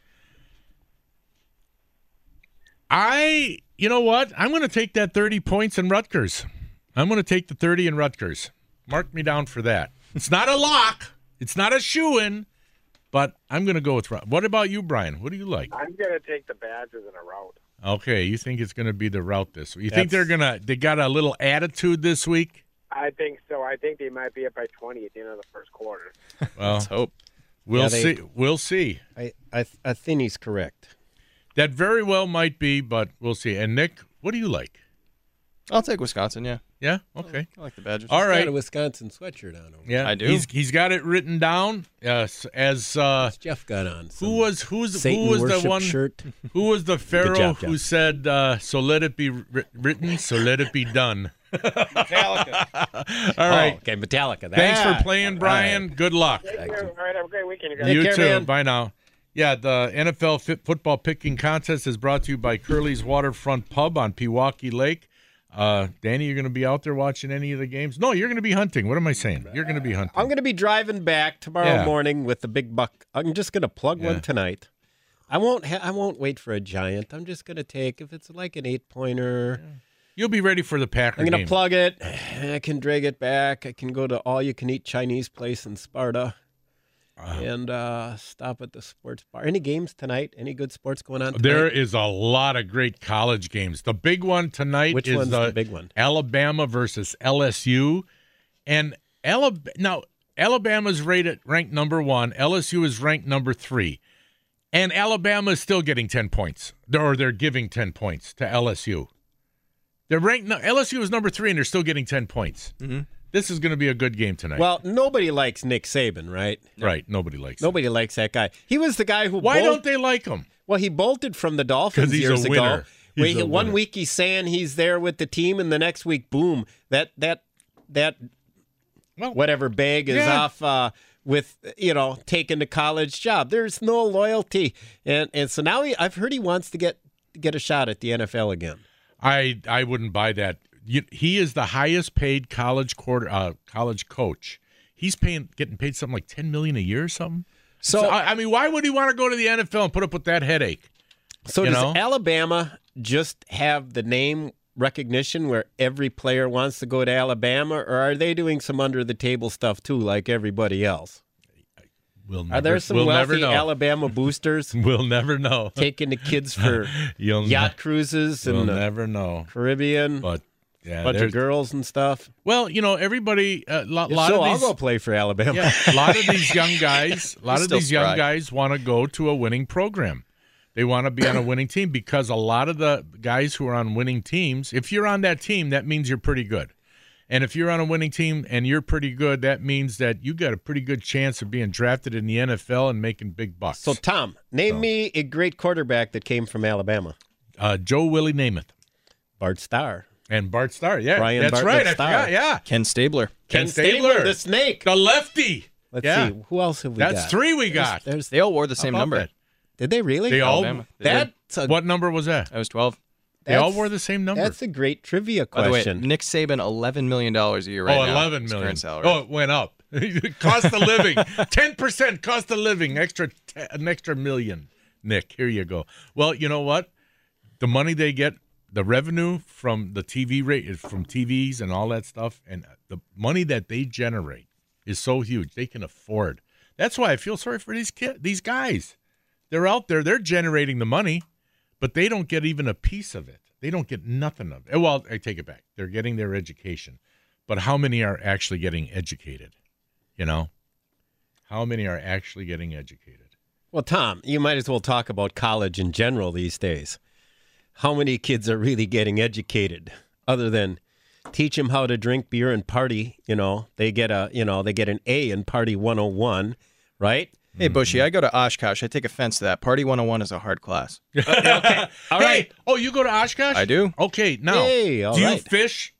Speaker 3: I, you know what? I'm going to take that 30 points in Rutgers. I'm going to take the 30 in Rutgers. Mark me down for that. It's not a lock. It's not a shoe in, but I'm going to go with. Ru- What about you, Brian? What do you like?
Speaker 9: I'm gonna take the Badgers in a rout.
Speaker 3: Okay, you think it's going to be the route this week? You think
Speaker 4: That's-
Speaker 3: they're going to? They got a little attitude this week.
Speaker 9: I think so. I think they might be up by 20 at the end of the first quarter.
Speaker 3: Well,
Speaker 7: Let's hope.
Speaker 3: we'll
Speaker 4: Yeah, they-
Speaker 3: see. We'll see.
Speaker 4: I I, I think he's correct.
Speaker 3: That very well might be, but we'll see. And Nick, what do you like?
Speaker 7: I'll take Wisconsin. Yeah,
Speaker 3: Yeah. Okay.
Speaker 7: I like the Badgers.
Speaker 3: All
Speaker 4: Got
Speaker 3: right.
Speaker 4: a Wisconsin sweatshirt on. Over.
Speaker 3: Yeah,
Speaker 7: I do.
Speaker 3: He's, he's got it written down. Yes, as uh,
Speaker 4: What's Jeff got on some
Speaker 3: who was who's
Speaker 4: Satan
Speaker 3: who was
Speaker 4: worship
Speaker 3: the one
Speaker 4: shirt.
Speaker 3: Who was
Speaker 4: *laughs*
Speaker 3: the pharaoh
Speaker 4: job,
Speaker 3: who
Speaker 4: Jeff.
Speaker 3: said, uh, "So let it be wri- written, so let it be
Speaker 4: *laughs*
Speaker 3: done"? All right.
Speaker 4: Oh, okay, Metallica.
Speaker 3: Thanks
Speaker 4: that.
Speaker 3: for playing, Brian. Good luck.
Speaker 9: All right, have a great weekend, you guys.
Speaker 3: You
Speaker 4: care,
Speaker 3: too.
Speaker 4: man.
Speaker 3: Bye now. Yeah, the NFL fit football picking contest is brought to you by Curly's Waterfront Pub on Pewaukee Lake. Uh, Danny, you're going to be out there watching any of the games? No, you're going to be hunting. What am I saying? You're going to be hunting.
Speaker 4: I'm going to be driving back tomorrow
Speaker 3: Yeah.
Speaker 4: morning with the big buck. I'm just going to plug
Speaker 3: Yeah.
Speaker 4: one tonight. I won't. Ha- I won't wait for a giant. I'm just going to take if it's like an eight pointer.
Speaker 3: You'll be ready for the Packer
Speaker 4: I'm going
Speaker 3: game.
Speaker 4: to plug it. *sighs* I can drag it back. I can go to all you can eat Chinese place in Sparta.
Speaker 3: Uh-huh.
Speaker 4: and uh, stop at the sports bar. Any games tonight? Any good sports going on? Tonight?
Speaker 3: There is a lot of great college games. The big one tonight
Speaker 4: Which
Speaker 3: is uh,
Speaker 4: one's the big one?
Speaker 3: Alabama versus LSU, and Alabama. Now Alabama's rated ranked number one. LSU is ranked number three, and Alabama is still getting ten points, They're- or they're giving ten points to LSU. They're ranked. No, LSU is number three, and they're still getting ten points. This is going to be a good game tonight.
Speaker 4: Mm-hmm. Well, nobody likes Nick Saban, right?
Speaker 3: right? Nobody likes. Them.
Speaker 4: Nobody likes that guy. He was the guy who
Speaker 3: Why
Speaker 4: bol-
Speaker 3: don't they like him?
Speaker 4: Well, he bolted from the Dolphins
Speaker 3: 'Cause he's a
Speaker 4: years ago.
Speaker 3: winner. He's
Speaker 4: Wait,
Speaker 3: a
Speaker 4: one
Speaker 3: winner.
Speaker 4: week he's saying he's there with the team, and the next week, boom, that that that
Speaker 3: Well,
Speaker 4: whatever bag is
Speaker 3: Yeah.
Speaker 4: off uh, with you know taking the college job. There's no loyalty, and and so now he, I've heard he wants to get get a shot at the NFL again.
Speaker 3: I I wouldn't buy that. You, he is the highest paid college quarter uh, college coach. He's paying getting paid something like ten million a year or something. So, uh,
Speaker 4: So,
Speaker 3: I, I mean, why would he want to go to the NFL and put up with that headache?
Speaker 4: So
Speaker 3: you
Speaker 4: does
Speaker 3: know?
Speaker 4: Alabama just have the name recognition where every player wants to go to Alabama, or are they doing some under the table stuff too, like everybody else?
Speaker 3: We'll never,
Speaker 4: Are there some
Speaker 3: we'll never
Speaker 4: wealthy
Speaker 3: know.
Speaker 4: Alabama boosters
Speaker 3: *laughs* we'll never know.
Speaker 4: taking the kids for
Speaker 3: You'll ne-
Speaker 4: yacht cruises
Speaker 3: we'll
Speaker 4: and the
Speaker 3: never know.
Speaker 4: Caribbean,
Speaker 3: But yeah,
Speaker 4: bunch of
Speaker 3: there's-
Speaker 4: girls and stuff?
Speaker 3: well, you know, everybody a lot,
Speaker 4: If
Speaker 3: lot
Speaker 4: so
Speaker 3: of
Speaker 4: I'll
Speaker 3: these
Speaker 4: go play for Alabama.
Speaker 3: Yeah, a lot of these young guys, a lot
Speaker 7: He's
Speaker 3: of
Speaker 7: still
Speaker 3: these young
Speaker 7: spry.
Speaker 3: guys want to go to a winning program. They want to be on a winning team because a lot of the guys who are on winning teams, if you're on that team, that means you're pretty good. And if you're on a winning team and you're pretty good, that means that you got a pretty good chance of being drafted in the NFL and making big bucks.
Speaker 4: So Tom, name me a great quarterback that came from Alabama.
Speaker 3: uh, Joe Willie Namath
Speaker 4: Bart Starr,
Speaker 3: and Bart Starr. Yeah,
Speaker 4: Brian
Speaker 3: that's
Speaker 4: Bartlett
Speaker 3: right. I
Speaker 4: Starr.
Speaker 3: forgot. Yeah,
Speaker 7: Ken Stabler.
Speaker 3: Ken
Speaker 4: the snake.
Speaker 3: the lefty.
Speaker 4: Let's
Speaker 3: yeah,
Speaker 4: see who else have we
Speaker 3: that's
Speaker 4: got?
Speaker 3: three we got.
Speaker 4: There's
Speaker 7: They all wore the same
Speaker 3: How about
Speaker 7: number.
Speaker 3: that?
Speaker 4: Did they really? Oh,
Speaker 3: They all.
Speaker 7: Alabama. They did.
Speaker 4: That's a,
Speaker 3: What number was that?
Speaker 7: I was 12.
Speaker 3: They all
Speaker 4: That's-
Speaker 3: wore the same number.
Speaker 4: that's a great trivia
Speaker 7: By the way,
Speaker 4: question.
Speaker 7: Nick Saban, 11 million dollars a year right
Speaker 3: oh,
Speaker 7: now.
Speaker 3: 11
Speaker 7: his
Speaker 3: million.
Speaker 7: current salary.
Speaker 3: Oh, it went up. *laughs* cost of
Speaker 7: *laughs*
Speaker 3: living. 10% cost of living. Extra te- an extra million. Nick, here you go. Well, you know what? The money they get, the revenue from the TV rate from TVs and all that stuff and the money that they generate is so huge. They can afford. That's why I feel sorry for these kid, these guys. They're out there, they're generating the money, but they don't get even a piece of it. They don't get nothing of it. Well, I take it back. They're getting their education but how many are actually getting educated? You know, how many are actually getting educated?
Speaker 4: well, Tom, you might as well talk about college in general these days. how many kids are really getting educated other than teach them how to drink beer and party, you know. They get a, you know, they get an A in party 101, right?
Speaker 7: Hey, Bushy, I go to Oshkosh. I take offense to that. Party 101 is a hard class.
Speaker 4: All
Speaker 3: hey,
Speaker 4: right.
Speaker 3: oh, you go to Oshkosh?
Speaker 7: I do.
Speaker 3: Okay, now
Speaker 4: Hey, all
Speaker 3: do you
Speaker 4: right.
Speaker 3: fish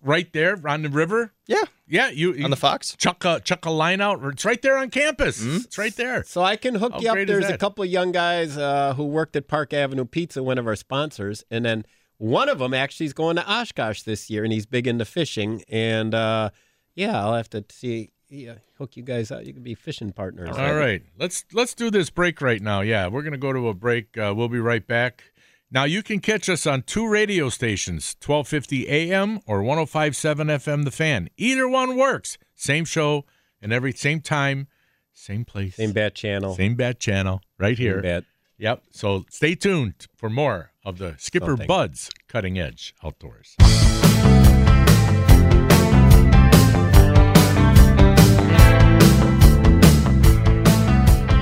Speaker 3: right there on the river?
Speaker 7: Yeah.
Speaker 3: Yeah, you, you
Speaker 7: On the Fox? Mm-hmm.
Speaker 3: chuck a chuck a line out. It's right there on campus. It's right there.
Speaker 4: So I can hook
Speaker 3: How
Speaker 4: you up.
Speaker 3: great is
Speaker 4: There's a
Speaker 3: that?
Speaker 4: couple of young guys uh, who worked at Park Avenue Pizza, one of our sponsors, and then one of them actually is going to Oshkosh this year, and he's big into fishing. And uh, yeah, I'll have to see. Yeah, hook you guys out. You can be fishing partners.
Speaker 3: All right, let's let's do this break right now. Yeah, we're gonna go to a break. Uh, we'll be right back. Now you can catch us on two radio stations, 1250 AM or 105.7 FM. The Fan. Either one works. Same show and every same time, same place,
Speaker 4: Same bat channel.
Speaker 3: same bat channel right here.
Speaker 4: Same bat.
Speaker 3: Yep. So stay tuned for more of the Skipper
Speaker 4: Something.
Speaker 3: Buds Cutting Edge Outdoors.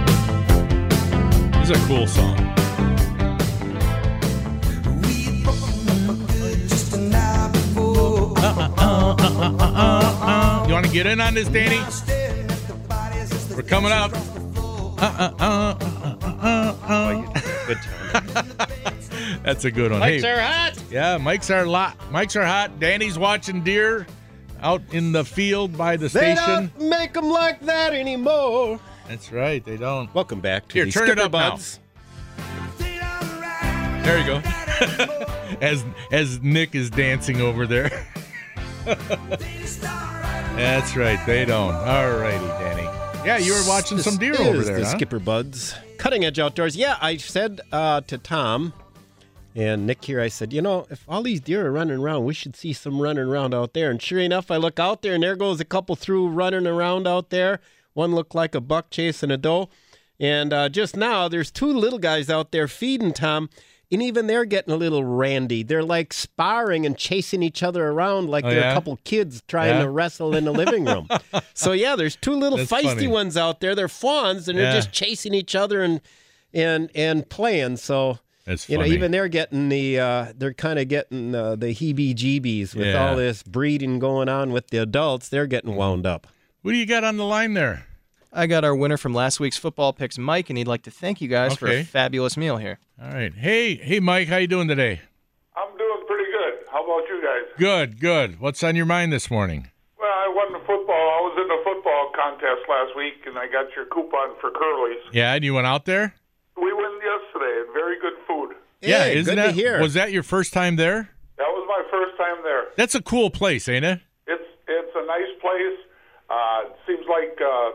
Speaker 3: This is a cool song. *laughs* You want to get in on this, Danny? We're coming up. Uh, uh, uh, uh, uh, uh, uh. That's a good one. Hey, yeah, Mike's are lot. Mike's are hot. Danny's watching deer out in the field by the
Speaker 4: They
Speaker 3: station.
Speaker 4: don't make them like that anymore.
Speaker 3: That's right. They don't.
Speaker 4: Welcome back to
Speaker 3: Here,
Speaker 4: the
Speaker 3: turn it
Speaker 4: Skipper
Speaker 3: up now.
Speaker 4: Buds.
Speaker 3: There you go. *laughs* as as Nick is dancing over there. *laughs* That's right. They don't. All righty, Danny. Yeah, you were watching
Speaker 4: This
Speaker 3: some deer
Speaker 4: is
Speaker 3: over there.
Speaker 4: The
Speaker 3: huh?
Speaker 4: Skipper Buds, cutting edge outdoors. Yeah, I said uh, to Tom and Nick here. I said, you know, if all these deer are running around, we should see some running around out there. And sure enough, I look out there, and there goes a couple through running around out there. One looked like a buck chasing a doe. And uh, just now, there's two little guys out there feeding Tom. And even they're getting a little randy. They're like sparring and chasing each other around like
Speaker 3: Oh,
Speaker 4: they're
Speaker 3: yeah?
Speaker 4: a couple kids trying
Speaker 3: Yeah?
Speaker 4: to wrestle in the living
Speaker 3: *laughs*
Speaker 4: room. so yeah, there's two little
Speaker 3: That's
Speaker 4: feisty
Speaker 3: funny.
Speaker 4: ones ones out there. They're fawns and
Speaker 3: Yeah.
Speaker 4: they're just chasing each other and and and playing. So
Speaker 3: That's
Speaker 4: you know,
Speaker 3: funny.
Speaker 4: even they're getting the uh, they're kind of getting uh, the heebie-jeebies with
Speaker 3: Yeah.
Speaker 4: all this breeding going on with the adults. They're getting wound up.
Speaker 3: What do you got on the line there?
Speaker 7: I got our winner from last week's football picks, Mike, and he'd like to thank you guys for
Speaker 3: Okay.
Speaker 7: a fabulous meal here.
Speaker 3: All right. Hey, hey, Mike, how you doing today?
Speaker 10: I'm doing pretty good. How about you guys?
Speaker 3: Good, good. What's on your mind this morning?
Speaker 10: Well, I won the football. I was in the football contest last week, and I got your coupon for Curly's.
Speaker 3: Yeah, and you went out there?
Speaker 10: We went yesterday, and very good food.
Speaker 3: yeah,
Speaker 4: Hey,
Speaker 3: isn't
Speaker 4: good
Speaker 3: that
Speaker 4: to hear.
Speaker 3: was that your first time there?
Speaker 10: That was my first time there.
Speaker 3: That's a cool place, ain't it?
Speaker 10: It's it's a nice place. Uh, it seems like uh,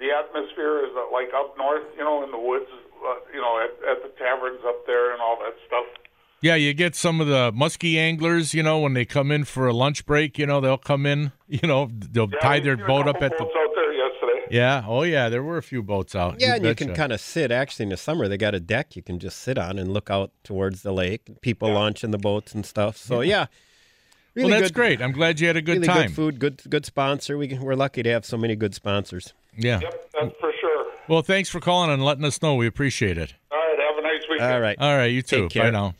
Speaker 10: the atmosphere is uh, like up north, you know, in the woods, uh, you know, at, at the taverns up there and all that stuff.
Speaker 3: Yeah, you get some of the muskie anglers, you know, when they come in for a lunch break, you know, they'll come in, *laughs* you know, they'll
Speaker 10: Yeah,
Speaker 3: tie
Speaker 10: we
Speaker 3: their
Speaker 10: see a
Speaker 3: boat up
Speaker 10: couple
Speaker 3: at the
Speaker 10: boats out there yesterday.
Speaker 3: Yeah, oh yeah, there were a few boats out.
Speaker 4: Yeah, and you can
Speaker 3: betcha.
Speaker 4: kind of sit. Actually, in the summer, they got a deck you can just sit on and look out towards the lake. People launching the boats and stuff. So yeah, really
Speaker 3: Well, that's
Speaker 4: good,
Speaker 3: great. I'm glad you had a good
Speaker 4: really
Speaker 3: time.
Speaker 4: good food. Good good sponsor. We can, we're lucky to have so many good sponsors.
Speaker 3: Yeah.
Speaker 10: Yep, that's for sure.
Speaker 3: Well, thanks for calling and letting us know. We appreciate it.
Speaker 10: All right, have a nice weekend.
Speaker 4: All right.
Speaker 3: All right, you too.
Speaker 4: Take care.
Speaker 3: Bye now.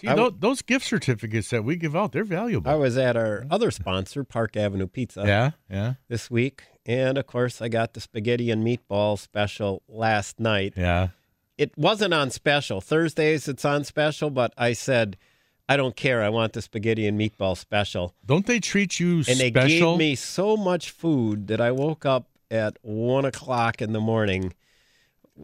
Speaker 3: See,
Speaker 4: I-
Speaker 3: tho- those gift certificates that we give out, they're valuable.
Speaker 4: I was at our other sponsor, Park Avenue Pizza.
Speaker 3: Mm-hmm. yeah, yeah,
Speaker 4: this week. And of course, I got the spaghetti and meatball special last night.
Speaker 3: yeah.
Speaker 4: It wasn't on special. Thursdays it's on special, but I said, I don't care. I want the spaghetti and meatball special.
Speaker 3: Don't they treat you
Speaker 4: And they
Speaker 3: special?
Speaker 4: gave me so much food that I woke up at one o'clock in the morning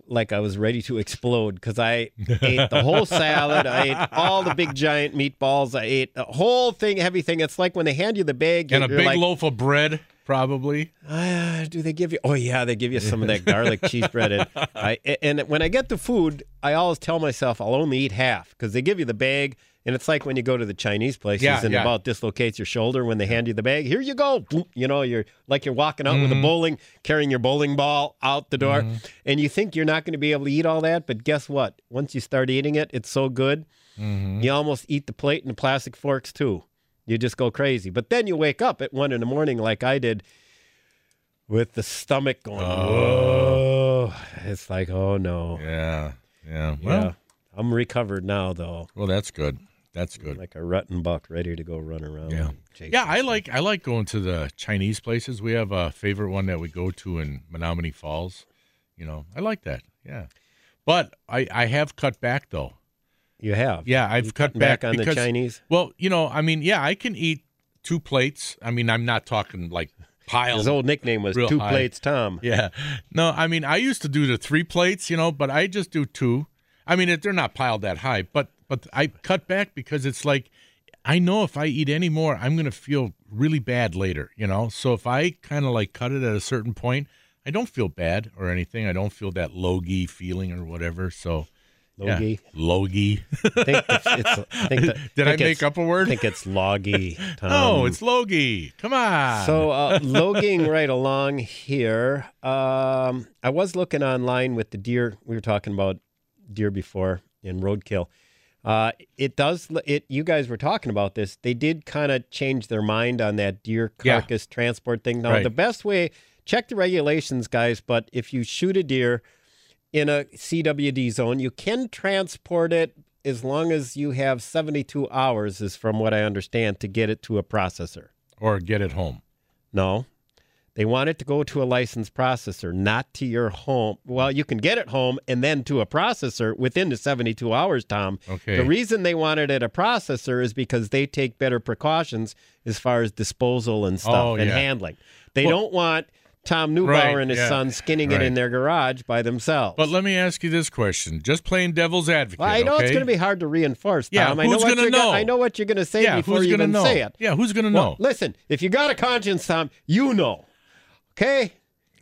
Speaker 4: like I was ready to explode
Speaker 3: *laughs*
Speaker 4: because I ate the whole salad. I ate all the big giant meatballs. I ate the whole thing, everything. It's like when they hand you the bag
Speaker 3: and a
Speaker 4: you're
Speaker 3: big
Speaker 4: like,
Speaker 3: loaf of bread, probably.
Speaker 4: uh, do they give you? Oh yeah, they give you some of that garlic
Speaker 3: *laughs*
Speaker 4: cheese bread. And, I, and when I get the food, I always tell myself I'll only eat half because they give you the bag, and it's like when you go to the Chinese places
Speaker 3: Yeah,
Speaker 4: and
Speaker 3: yeah.
Speaker 4: about dislocates your shoulder when they hand you the bag. Here you go. Boom. You know, you're like you're walking out
Speaker 3: Mm-hmm.
Speaker 4: with a bowling, carrying your bowling ball out the door, and you think you're not going to be able to eat all that, but guess what? Once you start eating it, it's so good,
Speaker 3: Mm-hmm.
Speaker 4: you almost eat the plate and the plastic forks too. You just go crazy. But then you wake up at one in the morning, like I did with the stomach going, whoa. It's like, oh no.
Speaker 3: Yeah, yeah.
Speaker 4: Yeah.
Speaker 3: Well,
Speaker 4: I'm recovered now, though.
Speaker 3: Well, that's good. That's good.
Speaker 4: Like a rotten buck, ready to go run around.
Speaker 3: Yeah.
Speaker 4: Jake-
Speaker 3: Yeah, I like I like going to the Chinese places. We have a favorite one that we go to in Menominee Falls. You know, I like that. Yeah, but I I have cut back though.
Speaker 4: You have.
Speaker 3: Yeah, I've
Speaker 4: You
Speaker 3: cut
Speaker 4: cutting back
Speaker 3: back,
Speaker 4: on the
Speaker 3: because-
Speaker 4: Chinese?
Speaker 3: Well, you know, I mean, yeah, I can eat two plates. I mean, I'm not talking like piles.
Speaker 4: His old nickname was
Speaker 3: real
Speaker 4: Two
Speaker 3: high.
Speaker 4: Plates Tom.
Speaker 3: Yeah. No, I mean, I used to do the three plates, you know, but I just do two. I mean, it- they're not piled that high, but but I cut back because it's like I know if I eat any more, I'm going to feel really bad later, you know? So if I kind of like cut it at a certain point, I don't feel bad or anything. I don't feel that logy feeling or whatever. So
Speaker 4: Logy?
Speaker 3: Yeah. Logy.
Speaker 4: I think it's, it's,
Speaker 3: *laughs*
Speaker 4: I *laughs* think the,
Speaker 3: Did I make
Speaker 4: think it's-
Speaker 3: up a word?
Speaker 4: I think it's loggy.
Speaker 3: *laughs*
Speaker 4: Tom.
Speaker 3: no, it's logy. Come on.
Speaker 4: So uh, logging right along here. Um, I was looking online with the deer. We were talking about deer before and roadkill. Uh, it does. It you guys were talking about this. They did kind of change their mind on that deer
Speaker 3: Yeah.
Speaker 4: carcass transport thing. Now
Speaker 3: Right.
Speaker 4: the best way check the regulations, guys. But if you shoot a deer in a CWD zone, you can transport it as long as you have 72 hours, is from what I understand, to get it to a processor.
Speaker 3: or get it home.
Speaker 4: No. They want it to go to a licensed processor, not to your home. Well, you can get it home and then to a processor within the 72 hours, Tom.
Speaker 3: Okay.
Speaker 4: The reason they want it at a processor is because they take better precautions as far as disposal and stuff
Speaker 3: Oh,
Speaker 4: and
Speaker 3: yeah.
Speaker 4: handling. They
Speaker 3: Well-
Speaker 4: don't want Tom Neubauer
Speaker 3: Right,
Speaker 4: and his
Speaker 3: yeah.
Speaker 4: son skinning it in
Speaker 3: Right.
Speaker 4: their garage by themselves.
Speaker 3: But let me ask you this question. Just playing devil's advocate.
Speaker 4: Well, I know it's
Speaker 3: okay?
Speaker 4: going to be hard to reinforce,
Speaker 3: Yeah,
Speaker 4: Tom. I
Speaker 3: who's
Speaker 4: know what
Speaker 3: gonna
Speaker 4: you're
Speaker 3: know?
Speaker 4: I know what you're going to say
Speaker 3: Yeah,
Speaker 4: before
Speaker 3: who's
Speaker 4: you
Speaker 3: gonna
Speaker 4: even
Speaker 3: know?
Speaker 4: say it.
Speaker 3: Yeah, who's gonna
Speaker 4: Well,
Speaker 3: know?
Speaker 4: Listen, if you got a conscience, Tom, you know. Okay?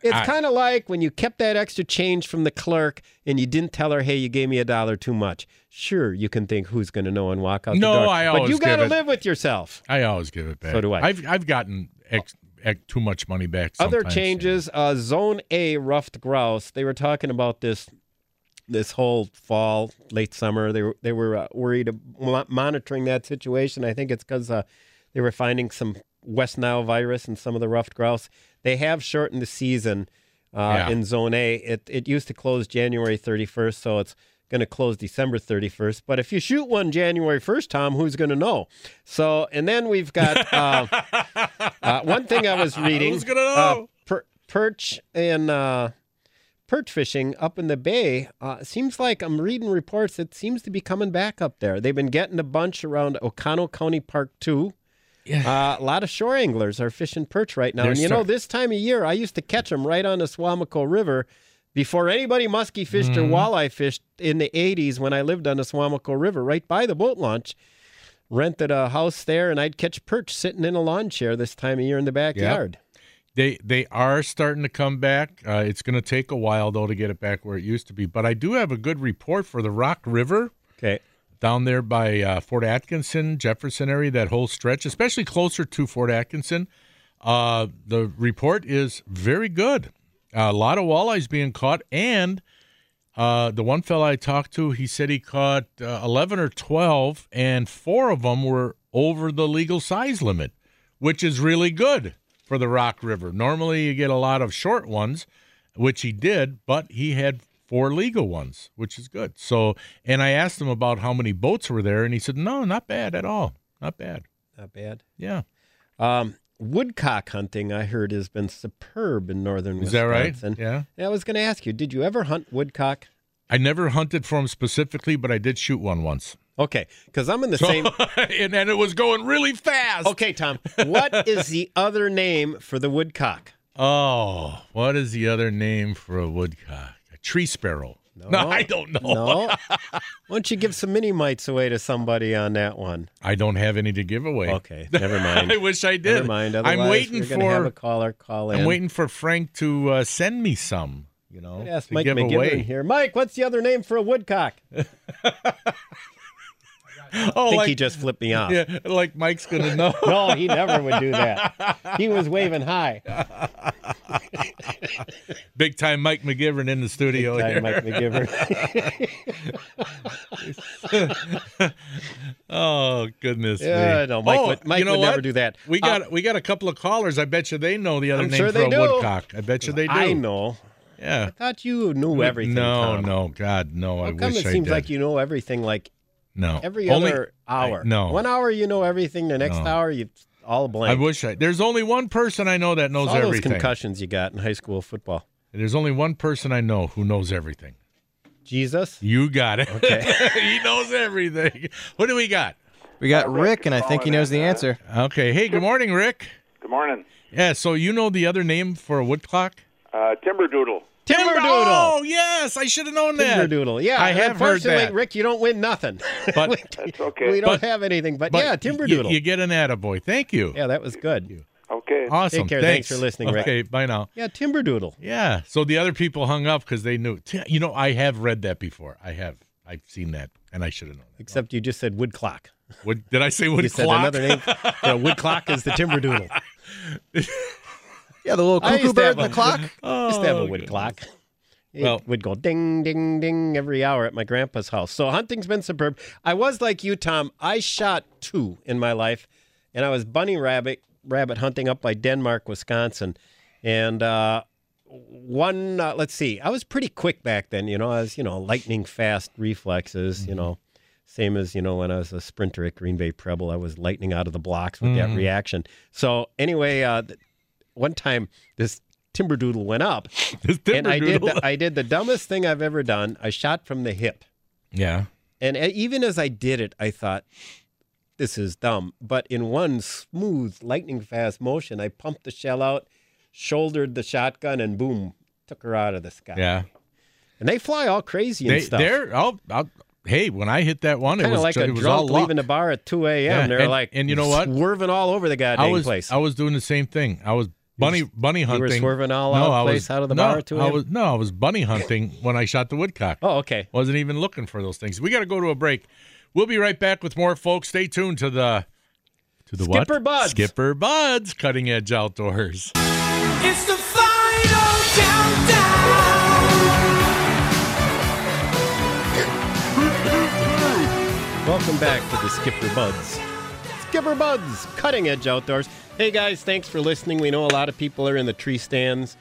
Speaker 4: It's
Speaker 3: I-
Speaker 4: kind of like when you kept that extra change from the clerk and you didn't tell her, "Hey, you gave me a dollar too much." Sure, you can think who's going to know and walk out
Speaker 3: No,
Speaker 4: the door.
Speaker 3: I
Speaker 4: but you
Speaker 3: always give
Speaker 4: gotta
Speaker 3: it-
Speaker 4: live with yourself.
Speaker 3: I always give it back.
Speaker 4: So do I.
Speaker 3: I've I've gotten ex, ex, too much money back.
Speaker 4: Other
Speaker 3: sometimes.
Speaker 4: changes, uh, zone A ruffed grouse. They were talking about this this whole fall, late summer. They were they were uh, worried of mo- monitoring that situation. I think it's because uh, they were finding some West Nile virus in some of the ruffed grouse. They have shortened the season uh,
Speaker 3: Yeah.
Speaker 4: in Zone A. It it used to close January 31st, so it's going to close December 31st. But if you shoot one January 1st, Tom, who's going to know? So and then
Speaker 3: *laughs*
Speaker 4: we've got. Uh, Uh, one thing I was reading.
Speaker 3: Who's gonna
Speaker 4: uh,
Speaker 3: know?
Speaker 4: per- perch and uh, perch fishing up in the bay. Uh, seems like I'm reading reports. It seems to be coming back up there. They've been getting a bunch around O'Connell County Park too. Yeah. Uh, a lot of shore anglers are fishing perch right now.
Speaker 3: They're
Speaker 4: and you know,
Speaker 3: start-
Speaker 4: this time of year, I used to catch them right on the Swamico River before anybody musky fished or walleye fished in the 80s when I lived on the Swamico River right by the boat launch rented a house there and I'd catch perch sitting in a lawn chair this time of year in the backyard.
Speaker 3: They they are starting to come back. Uh, it's going to take a while though to get it back where it used to be. But I do have a good report for the Rock River
Speaker 4: Okay.
Speaker 3: down there by uh, Fort Atkinson, Jefferson area. That whole stretch, especially closer to Fort Atkinson, uh, the report is very good. a lot of walleyes being caught, and uh, the one fella I talked to, he said he caught uh, 11 or 12, and four of them were over the legal size limit, which is really good for the Rock River. Normally, you get a lot of short ones, which he did, but he had four legal ones, which is good. So, and I asked him about how many boats were there, and he said, no, not bad at all. Not bad.
Speaker 4: Not bad.
Speaker 3: Yeah.
Speaker 4: Um, woodcock hunting, I heard, has been superb in northern
Speaker 3: Is that right?
Speaker 4: Wisconsin.
Speaker 3: Yeah.
Speaker 4: And I was going to ask you, did you ever hunt woodcock?
Speaker 3: I never hunted for him specifically, but I did shoot one once. *laughs*
Speaker 4: Okay, because I'm in the same.
Speaker 3: and, and it was going really fast.
Speaker 4: Okay, Tom, what is the other name for the woodcock?
Speaker 3: Oh, what is the other name for a woodcock? A tree sparrow. *laughs* No, *laughs* I don't know.
Speaker 4: No. Why don't you give some mini mites away to somebody on that one?
Speaker 3: I don't have any to give away.
Speaker 4: Okay, never
Speaker 3: *laughs*
Speaker 4: mind.
Speaker 3: I wish I did.
Speaker 4: Never mind. Otherwise,
Speaker 3: I'm waiting
Speaker 4: we're gonna have
Speaker 3: for
Speaker 4: a caller call in.
Speaker 3: I'm waiting for Frank to uh, send me some. You know,
Speaker 4: I'd ask
Speaker 3: to
Speaker 4: Mike
Speaker 3: give
Speaker 4: McGivern
Speaker 3: away.
Speaker 4: here. Mike, what's the other name for a woodcock?
Speaker 3: *laughs* Oh,
Speaker 4: I think
Speaker 3: like,
Speaker 4: he just flipped me off.
Speaker 3: *laughs* yeah, like Mike's gonna know. *laughs*
Speaker 4: No, he never would do that. He was waving high.
Speaker 3: Big time Mike McGivern in the studio.
Speaker 4: Time
Speaker 3: here. *laughs*
Speaker 4: Mike McGivern.
Speaker 3: Oh goodness.
Speaker 4: Yeah,
Speaker 3: me.
Speaker 4: no, Mike
Speaker 3: oh,
Speaker 4: would- Mike
Speaker 3: you know
Speaker 4: would never
Speaker 3: what?
Speaker 4: do that.
Speaker 3: We
Speaker 4: Uh,
Speaker 3: got we got a couple of callers. I bet you they know the other
Speaker 4: I'm
Speaker 3: name
Speaker 4: sure
Speaker 3: for
Speaker 4: they
Speaker 3: a
Speaker 4: do.
Speaker 3: woodcock. I bet you they do.
Speaker 4: *laughs* I know.
Speaker 3: Yeah.
Speaker 4: I thought you knew everything.
Speaker 3: No,
Speaker 4: Tom.
Speaker 3: no, God, no. I
Speaker 4: How come
Speaker 3: wish
Speaker 4: it
Speaker 3: I
Speaker 4: seems
Speaker 3: did.
Speaker 4: like you know everything like
Speaker 3: no.
Speaker 4: every
Speaker 3: Only-
Speaker 4: other hour?
Speaker 3: I- no.
Speaker 4: One hour you know everything, the next
Speaker 3: No.
Speaker 4: hour you all blank.
Speaker 3: I wish I. There's only one person I know that knows
Speaker 4: all those
Speaker 3: everything.
Speaker 4: concussions you got in high school football.
Speaker 3: There's only one person I know who knows everything.
Speaker 4: Jesus.
Speaker 3: You got it.
Speaker 4: Okay.
Speaker 3: *laughs* he knows everything. What do we got?
Speaker 7: We got Rick, and I think he knows the answer.
Speaker 3: Okay. Hey, good morning, Rick.
Speaker 11: Good morning.
Speaker 3: Yeah. So you know the other name for a wood clock?
Speaker 11: Uh, Timberdoodle.
Speaker 4: Timberdoodle.
Speaker 3: Oh yes, I should have known that.
Speaker 4: Timberdoodle. Yeah.
Speaker 3: I have heard
Speaker 4: unfortunately,
Speaker 3: that.
Speaker 4: Rick, you don't win nothing. *laughs*
Speaker 3: But
Speaker 11: That's okay.
Speaker 4: we don't
Speaker 3: But-
Speaker 4: have anything. But,
Speaker 3: but
Speaker 4: yeah,
Speaker 3: y- y-
Speaker 4: Timberdoodle.
Speaker 3: You, get an attaboy. Thank you.
Speaker 4: yeah, that was good.
Speaker 11: okay.
Speaker 3: Awesome.
Speaker 4: Take care. Thanks for listening, Rick.
Speaker 3: Okay. Bye now.
Speaker 4: Yeah, Timberdoodle.
Speaker 3: Yeah. So the other people hung up because they knew. T- You know, I have read that before. I have. I've seen that, and I should have known.
Speaker 4: Except you just said wood clock.
Speaker 3: What did I say? Wood
Speaker 4: you said
Speaker 3: clock?
Speaker 4: another
Speaker 3: *laughs*
Speaker 4: name. yeah, wood clock is the Timberdoodle.
Speaker 7: Yeah, the little
Speaker 4: I
Speaker 7: cuckoo
Speaker 4: used to
Speaker 7: bird
Speaker 4: have
Speaker 7: in the
Speaker 4: a- *laughs*
Speaker 7: clock.
Speaker 4: Used to have a wood clock. It
Speaker 3: Well-
Speaker 4: would go ding, ding, ding every hour at my grandpa's house. So hunting's been superb. I was like you, Tom. I shot two in my life, and I was bunny rabbit rabbit hunting up by Denmark, Wisconsin, and uh, one. Uh, let's see. I was pretty quick back then. You know, I was you know lightning fast reflexes. You know, same as you know when I was a sprinter at Green Bay Preble, I was lightning out of the blocks with that reaction. So anyway, uh, th- one time this timberdoodle went up,
Speaker 3: *laughs* This
Speaker 4: and I did
Speaker 3: Timberdoodle.
Speaker 4: the, I did the dumbest thing I've ever done. I shot from the hip,
Speaker 3: Yeah.
Speaker 4: and e- even as I did it, I thought this is dumb. But in one smooth, lightning fast motion, I pumped the shell out, shouldered the shotgun, and boom, took her out of the sky.
Speaker 3: Yeah.
Speaker 4: And they fly all crazy and
Speaker 3: They,
Speaker 4: stuff.
Speaker 3: they're. I'll, I'll, hey, when I hit that one, it
Speaker 4: kind of
Speaker 3: was
Speaker 4: like
Speaker 3: ju-
Speaker 4: a
Speaker 3: it was all
Speaker 4: drunk
Speaker 3: luck.
Speaker 4: leaving the bar at 2 a.m.
Speaker 3: Yeah,
Speaker 4: They're
Speaker 3: and-
Speaker 4: like,
Speaker 3: and you know what?
Speaker 4: Swerving all over the goddamn
Speaker 3: I was.
Speaker 4: place.
Speaker 3: I was doing the same thing. I was bunny bunny
Speaker 4: were
Speaker 3: hunting.
Speaker 4: swerving all
Speaker 3: no,
Speaker 4: over the
Speaker 3: I
Speaker 4: place
Speaker 3: was,
Speaker 4: out of the
Speaker 3: no,
Speaker 4: bar at 2
Speaker 3: I
Speaker 4: a.m.?
Speaker 3: was no, I was
Speaker 4: *laughs*
Speaker 3: bunny hunting when I shot the woodcock.
Speaker 4: oh, okay.
Speaker 3: Wasn't even looking for those things. We got to go to a break. We'll be right back with more, folks. Stay tuned to the to the what?
Speaker 4: Skipper Buds.
Speaker 3: Skipper Buds, cutting edge outdoors.
Speaker 8: It's the final countdown.
Speaker 4: Welcome back to the Skipper Buds. Skipper Buds, cutting edge outdoors. Hey guys, thanks for listening. We know a lot of people are in the tree stands.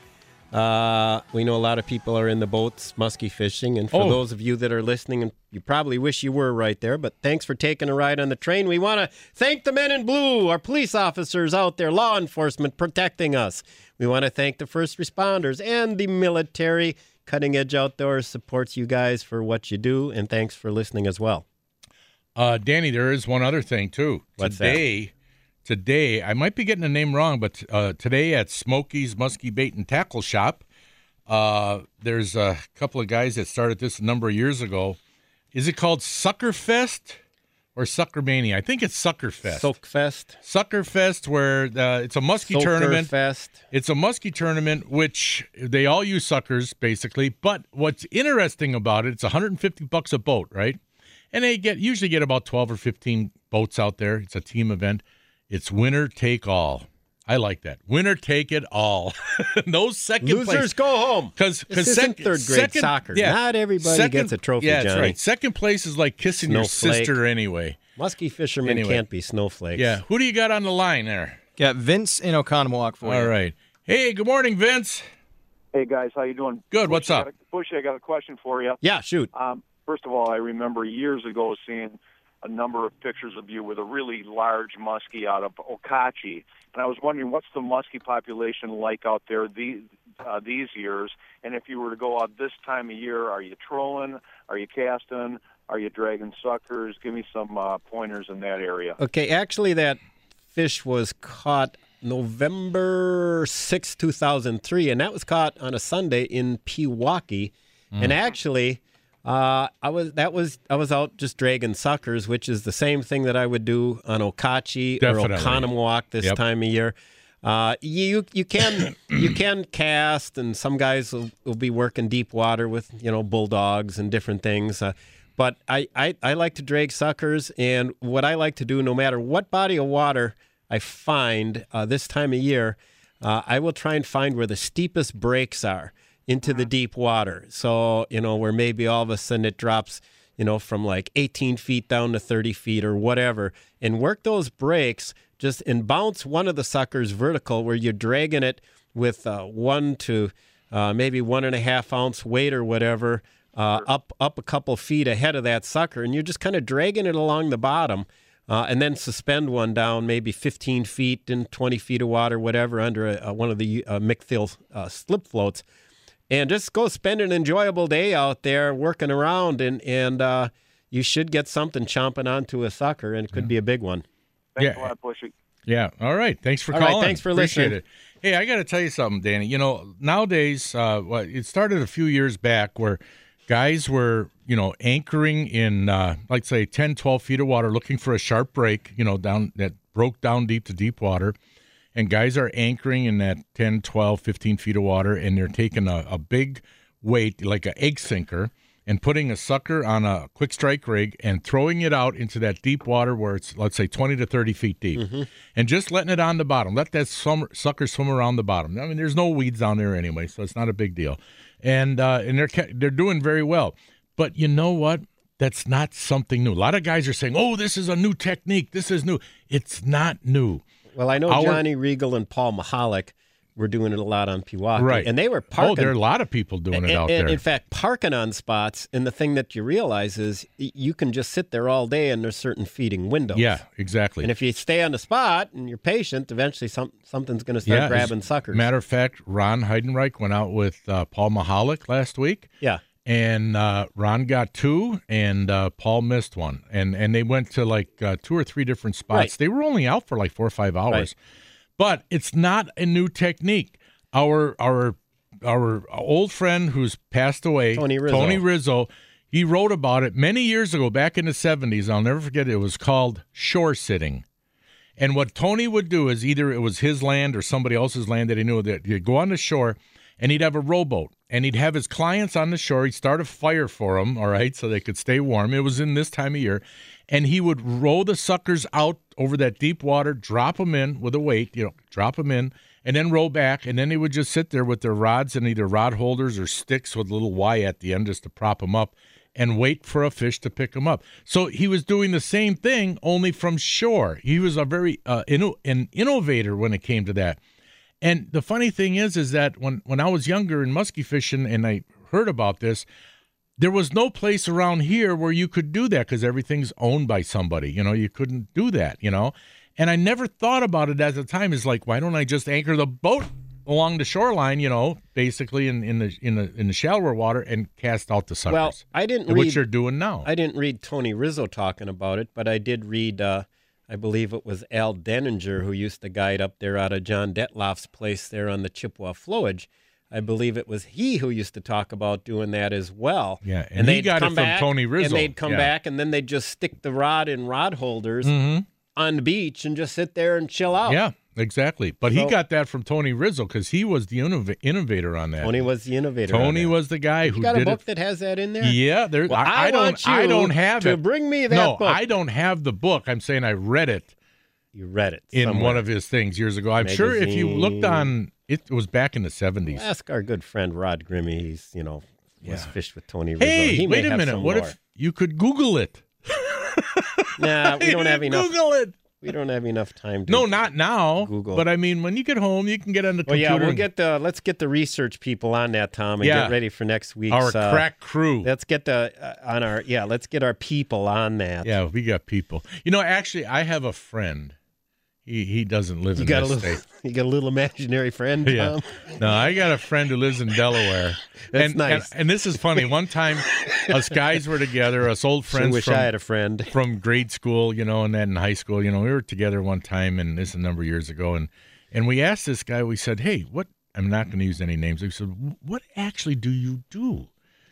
Speaker 4: Uh, we know a lot of people are in the boats, musky fishing. And for
Speaker 3: Oh.
Speaker 4: those of you that are listening, and you probably wish you were right there, but thanks for taking a ride on the train. We want to thank the men in blue, our police officers out there, law enforcement protecting us. We want to thank the first responders and the military. Cutting Edge Outdoors supports you guys for what you do, and thanks for listening as well.
Speaker 3: Uh, Danny, there is one other thing too.
Speaker 4: What's that?
Speaker 3: today, today I might be getting the name wrong, but uh, today at Smokey's Muskie Bait and Tackle Shop, uh, there's a couple of guys that started this a number of years ago. Is it called Sucker Fest or Sucker Mania? I think it's Sucker Fest.
Speaker 4: Soakfest.
Speaker 3: Sucker Fest, where uh, it's a muskie
Speaker 4: Soaker
Speaker 3: tournament.
Speaker 4: Fest.
Speaker 3: It's a muskie tournament, which they all use suckers basically. But what's interesting about it, it's 150 bucks a boat, right? And they get usually get about 12 or 15 boats out there. It's a team event. It's winner take all. I like that. Winner take it all. *laughs* no second
Speaker 4: Losers
Speaker 3: place.
Speaker 4: go home.
Speaker 3: Because
Speaker 4: This isn't third grade soccer. Not everybody gets a trophy,
Speaker 3: Yeah, that's
Speaker 4: Johnny.
Speaker 3: right. Second place is like kissing your
Speaker 4: Snowflake.
Speaker 3: sister anyway.
Speaker 4: Musky fishermen
Speaker 3: Anyway.
Speaker 4: can't be snowflakes.
Speaker 3: Yeah. Who do you got on the line there?
Speaker 7: Got Vince in Oconomowoc for you.
Speaker 3: All right. Hey, good morning, Vince.
Speaker 11: Hey guys, how you doing?
Speaker 3: Good. What's
Speaker 11: I
Speaker 3: up?
Speaker 11: got a- Bush, I got a question for you.
Speaker 4: Yeah, shoot.
Speaker 11: Um, first of all, I remember years ago seeing a number of pictures of you with a really large muskie out of Okachi, and I was wondering what's the muskie population like out there these uh, these years, and if you were to go out this time of year, are you trolling? Are you casting? Are you dragging suckers? Give me some uh, pointers in that area.
Speaker 4: Okay, actually, that fish was caught November sixth, two 2003, and that was caught on a Sunday in Pewaukee.
Speaker 3: Mm.
Speaker 4: And actually, uh, I was that was I was out just dragging suckers, which is the same thing that I would do on Okachi
Speaker 3: Definitely.
Speaker 4: or Oconomowoc this
Speaker 3: Yep.
Speaker 4: time of year. Uh, you you can you can cast, and some guys will, will be working deep water with you know bulldogs and different things. Uh, but I, I I like to drag suckers, and what I like to do, no matter what body of water I find uh, this time of year, uh, I will try and find where the steepest breaks are into the deep water. So, you know, where maybe all of a sudden it drops, you know, from like 18 feet down to 30 feet or whatever, and work those breaks just and bounce one of the suckers vertical where you're dragging it with uh, one to uh, maybe one and a half ounce weight or whatever, uh, up up a couple feet ahead of that sucker, and you're just kind of dragging it along the bottom, uh, and then suspend one down maybe 15 feet and 20 feet of water, whatever, under a, a, one of the uh, McPhail uh, slip floats, and just go spend an enjoyable day out there working around, and and uh, you should get something chomping onto a sucker, and it could be a big one.
Speaker 11: Thanks a lot, Bushy.
Speaker 3: Yeah. All right. Thanks for
Speaker 4: All right,
Speaker 3: calling.
Speaker 4: thanks for
Speaker 3: Appreciate
Speaker 4: listening.
Speaker 3: It. Hey, I got to tell you something, Danny. You know, nowadays, uh, well, it started a few years back where guys were, you know, anchoring in, uh, like, say, 10, 12 feet of water looking for a sharp break, you know, down that broke down deep to deep water. And guys are anchoring in that 10, 12, 15 feet of water, and they're taking a, a big weight, like an egg sinker, and putting a sucker on a quick strike rig and throwing it out into that deep water where it's let's say 20 to 30 feet deep and just letting it on the bottom let that swim, sucker swim around the bottom i mean there's no weeds down there anyway so it's not a big deal and uh, and they're ca- they're doing very well but you know what that's not something new a lot of guys are saying oh this is a new technique this is new it's not new
Speaker 4: Well, I know
Speaker 3: Our-
Speaker 4: Johnny Regal and Paul Mahalik were doing it a lot on Pewaukee,
Speaker 3: right
Speaker 4: And they were
Speaker 3: oh
Speaker 4: parking.
Speaker 3: there are a lot of people doing it
Speaker 4: and-
Speaker 3: out
Speaker 4: and
Speaker 3: there
Speaker 4: In fact, parking on spots. And the thing that you realize is y- you can just sit there all day, and there's certain feeding windows.
Speaker 3: yeah exactly
Speaker 4: And if you stay on the spot and you're patient, eventually some, something's going to start
Speaker 3: Yeah,
Speaker 4: grabbing
Speaker 3: as a
Speaker 4: suckers.
Speaker 3: Matter of fact, Ron Heidenreich went out with uh, Paul Mahalik last week.
Speaker 4: Yeah.
Speaker 3: And uh, Ron got two, and uh, Paul missed one. And and they went to like uh, two or three different spots.
Speaker 4: Right.
Speaker 3: They were only out for like four or five hours.
Speaker 4: Right.
Speaker 3: But it's not a new technique. Our our our old friend who's passed away,
Speaker 4: Tony Rizzo.
Speaker 3: Tony Rizzo, he wrote about it many years ago, back in the 70s. I'll never forget it. It was called shore sitting. And what Tony would do is either it was his land or somebody else's land that he knew that he'd go on the shore and he'd have a rowboat and he'd have his clients on the shore. He'd start a fire for them, all right, so they could stay warm. It was in this time of year. And he would row the suckers out over that deep water, drop them in with a weight, you know, drop them in, and then row back. And then they would just sit there with their rods and either rod holders or sticks with a little Y at the end just to prop them up and wait for a fish to pick him up. So he was doing the same thing, only from shore. He was a very uh, inno- an innovator when it came to that. And the funny thing is, is that when when I was younger in muskie fishing, and I heard about this, there was no place around here where you could do that because everything's owned by somebody. You know, you couldn't do that. You know, and I never thought about it at the time. Is like, why don't I just anchor the boat along the shoreline? You know, basically in in the in the in the shallower water and cast out the suckers.
Speaker 4: Well, I didn't
Speaker 3: What
Speaker 4: read-
Speaker 3: you're doing now.
Speaker 4: I didn't read Tony Rizzo talking about it, but I did read, uh, I believe it was Al Denninger who used to guide up there out of John Detloff's place there on the Chippewa Flowage. I believe it was he who used to talk about doing that as well.
Speaker 3: Yeah, and he
Speaker 4: they'd
Speaker 3: got it
Speaker 4: come
Speaker 3: from
Speaker 4: back,
Speaker 3: Tony Rizzo.
Speaker 4: And they'd come
Speaker 3: Yeah.
Speaker 4: back, and then they'd just stick the rod in rod holders on the beach and just sit there and chill
Speaker 3: Mm-hmm.
Speaker 4: out.
Speaker 3: Yeah, exactly. But he
Speaker 4: So-
Speaker 3: got that from Tony Rizzo because he was the innov- innovator on that.
Speaker 4: Tony was the innovator. on
Speaker 3: Tony
Speaker 4: that.
Speaker 3: was the guy who
Speaker 4: You got a
Speaker 3: did
Speaker 4: book
Speaker 3: it.
Speaker 4: that has that in there?
Speaker 3: Yeah, there.
Speaker 4: Well,
Speaker 3: I,
Speaker 4: I
Speaker 3: I don't.
Speaker 4: want
Speaker 3: I
Speaker 4: you
Speaker 3: don't have
Speaker 4: to
Speaker 3: it.
Speaker 4: bring me that
Speaker 3: no,
Speaker 4: book.
Speaker 3: I don't have the book. I'm saying I read it
Speaker 4: You read it
Speaker 3: in
Speaker 4: somewhere.
Speaker 3: one of his things years ago. I'm sure if you looked on, it was back in the 70s.
Speaker 4: Ask our good friend Rod Grimmie. He's you know was fished with Tony Rizzo.
Speaker 3: hey,
Speaker 4: He may
Speaker 3: wait a
Speaker 4: have
Speaker 3: minute.
Speaker 4: some
Speaker 3: What
Speaker 4: more.
Speaker 3: if you could Google it?
Speaker 4: *laughs* Nah, we
Speaker 3: You *laughs*
Speaker 4: don't have
Speaker 3: didn't
Speaker 4: enough.
Speaker 3: Google it.
Speaker 4: We don't have enough time. to
Speaker 3: No, not now.
Speaker 4: Google.
Speaker 3: But I mean, when you get home, you can get on the
Speaker 4: Well,
Speaker 3: computer.
Speaker 4: yeah, we'll
Speaker 3: and-
Speaker 4: get the let's get the research people on that, Tom, and
Speaker 3: Yeah.
Speaker 4: get ready for next week's
Speaker 3: our
Speaker 4: uh,
Speaker 3: crack crew.
Speaker 4: Let's get the uh, on our yeah. Let's get our people on that.
Speaker 3: Yeah, we got people. You know, actually, I have a friend. He he doesn't live
Speaker 4: you
Speaker 3: in
Speaker 4: got a
Speaker 3: this
Speaker 4: little
Speaker 3: state.
Speaker 4: *laughs*
Speaker 3: *laughs*
Speaker 4: you got a little imaginary friend, Tom.
Speaker 3: Yeah. No, I got a friend who lives in Delaware.
Speaker 4: That's
Speaker 3: and,
Speaker 4: nice.
Speaker 3: And, and this is funny. One time, us guys were together, us
Speaker 4: *laughs*
Speaker 3: old
Speaker 4: Sure
Speaker 3: friends
Speaker 4: wish
Speaker 3: from,
Speaker 4: I had a friend.
Speaker 3: *laughs* from grade school, you know, and then in high school, you know, we were together one time, and this is a number of years ago, and and we asked this guy, we said, hey, what? I'm not going to use any names. We said, what actually do you do?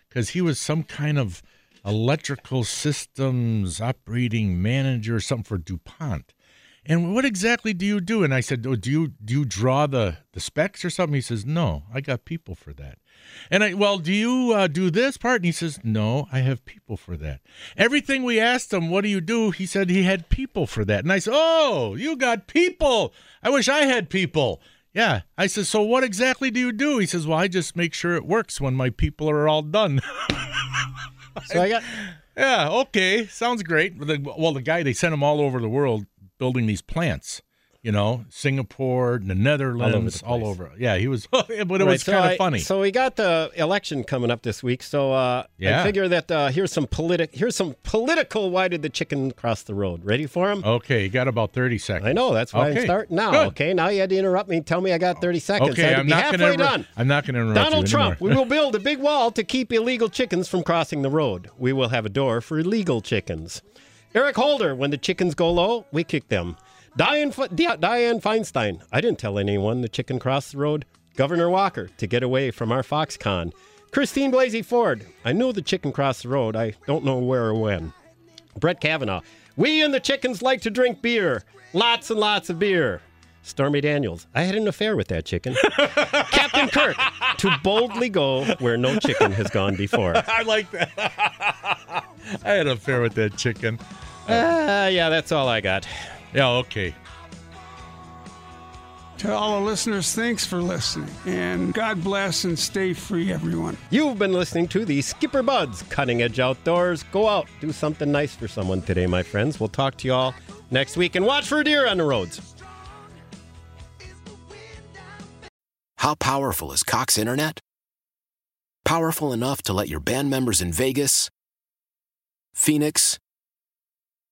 Speaker 3: Because he was some kind of electrical systems operating manager, or something for DuPont. And what exactly do you do? And I said, oh, do you do you draw the the specs or something? He says, no, I got people for that. And I, well, do you uh, do this part? And he says, no, I have people for that. Everything we asked him, what do you do? He said he had people for that. And I said, oh, you got people. I wish I had people. Yeah. I said, so what exactly do you do? He says, well, I just make sure it works when my people are all done. *laughs*
Speaker 4: So I got
Speaker 3: Yeah, okay. Sounds great. Well, the, well, the guy, they sent him all over the world building these plants. you know, Singapore, the Netherlands, all over. Yeah, he was, *laughs* but it
Speaker 4: Right,
Speaker 3: was
Speaker 4: so
Speaker 3: kind of
Speaker 4: I-
Speaker 3: funny.
Speaker 4: So we got the election coming up this week. So uh,
Speaker 3: Yeah.
Speaker 4: I figure that uh, here's some politic. Here's some political. Why did the chicken cross the road? Ready for him?
Speaker 3: okay, you got about thirty seconds.
Speaker 4: I know that's why
Speaker 3: Oh. Okay,
Speaker 4: I'm starting now.
Speaker 3: good.
Speaker 4: Okay, now you had to interrupt me. and Tell me I got 30 seconds. I
Speaker 3: Okay,
Speaker 4: had to
Speaker 3: I'm
Speaker 4: be
Speaker 3: not
Speaker 4: halfway
Speaker 3: gonna. interrupt-
Speaker 4: done.
Speaker 3: I'm not gonna interrupt
Speaker 4: Donald
Speaker 3: you
Speaker 4: Trump,
Speaker 3: anymore.
Speaker 4: we will build a big wall to keep illegal chickens from crossing the road. We will have a door for legal chickens. Eric Holder, when the chickens go low, we kick them. Diane, Fe- Di- Diane Feinstein, I didn't tell anyone the chicken crossed the road. Governor Walker, to get away from our Foxconn. Christine Blasey Ford, I knew the chicken crossed the road. I don't know where or when. Brett Kavanaugh. We and the chickens like to drink beer. Lots and lots of beer. Stormy Daniels. I had an affair with that chicken. *laughs* Captain Kirk. To boldly go where no chicken has gone before.
Speaker 3: *laughs* I like that. I had an affair with that chicken.
Speaker 4: *laughs* Uh, yeah, that's all I got.
Speaker 3: Yeah, okay.
Speaker 12: To all the listeners, thanks for listening. And God bless and stay free, everyone.
Speaker 4: You've been listening to the Skipper Buds Cutting Edge Outdoors. Go out, do something nice for someone today, my friends. We'll talk to you all next week and watch for deer on the roads.
Speaker 13: How powerful is Cox Internet? Powerful enough to let your band members in Vegas, Phoenix,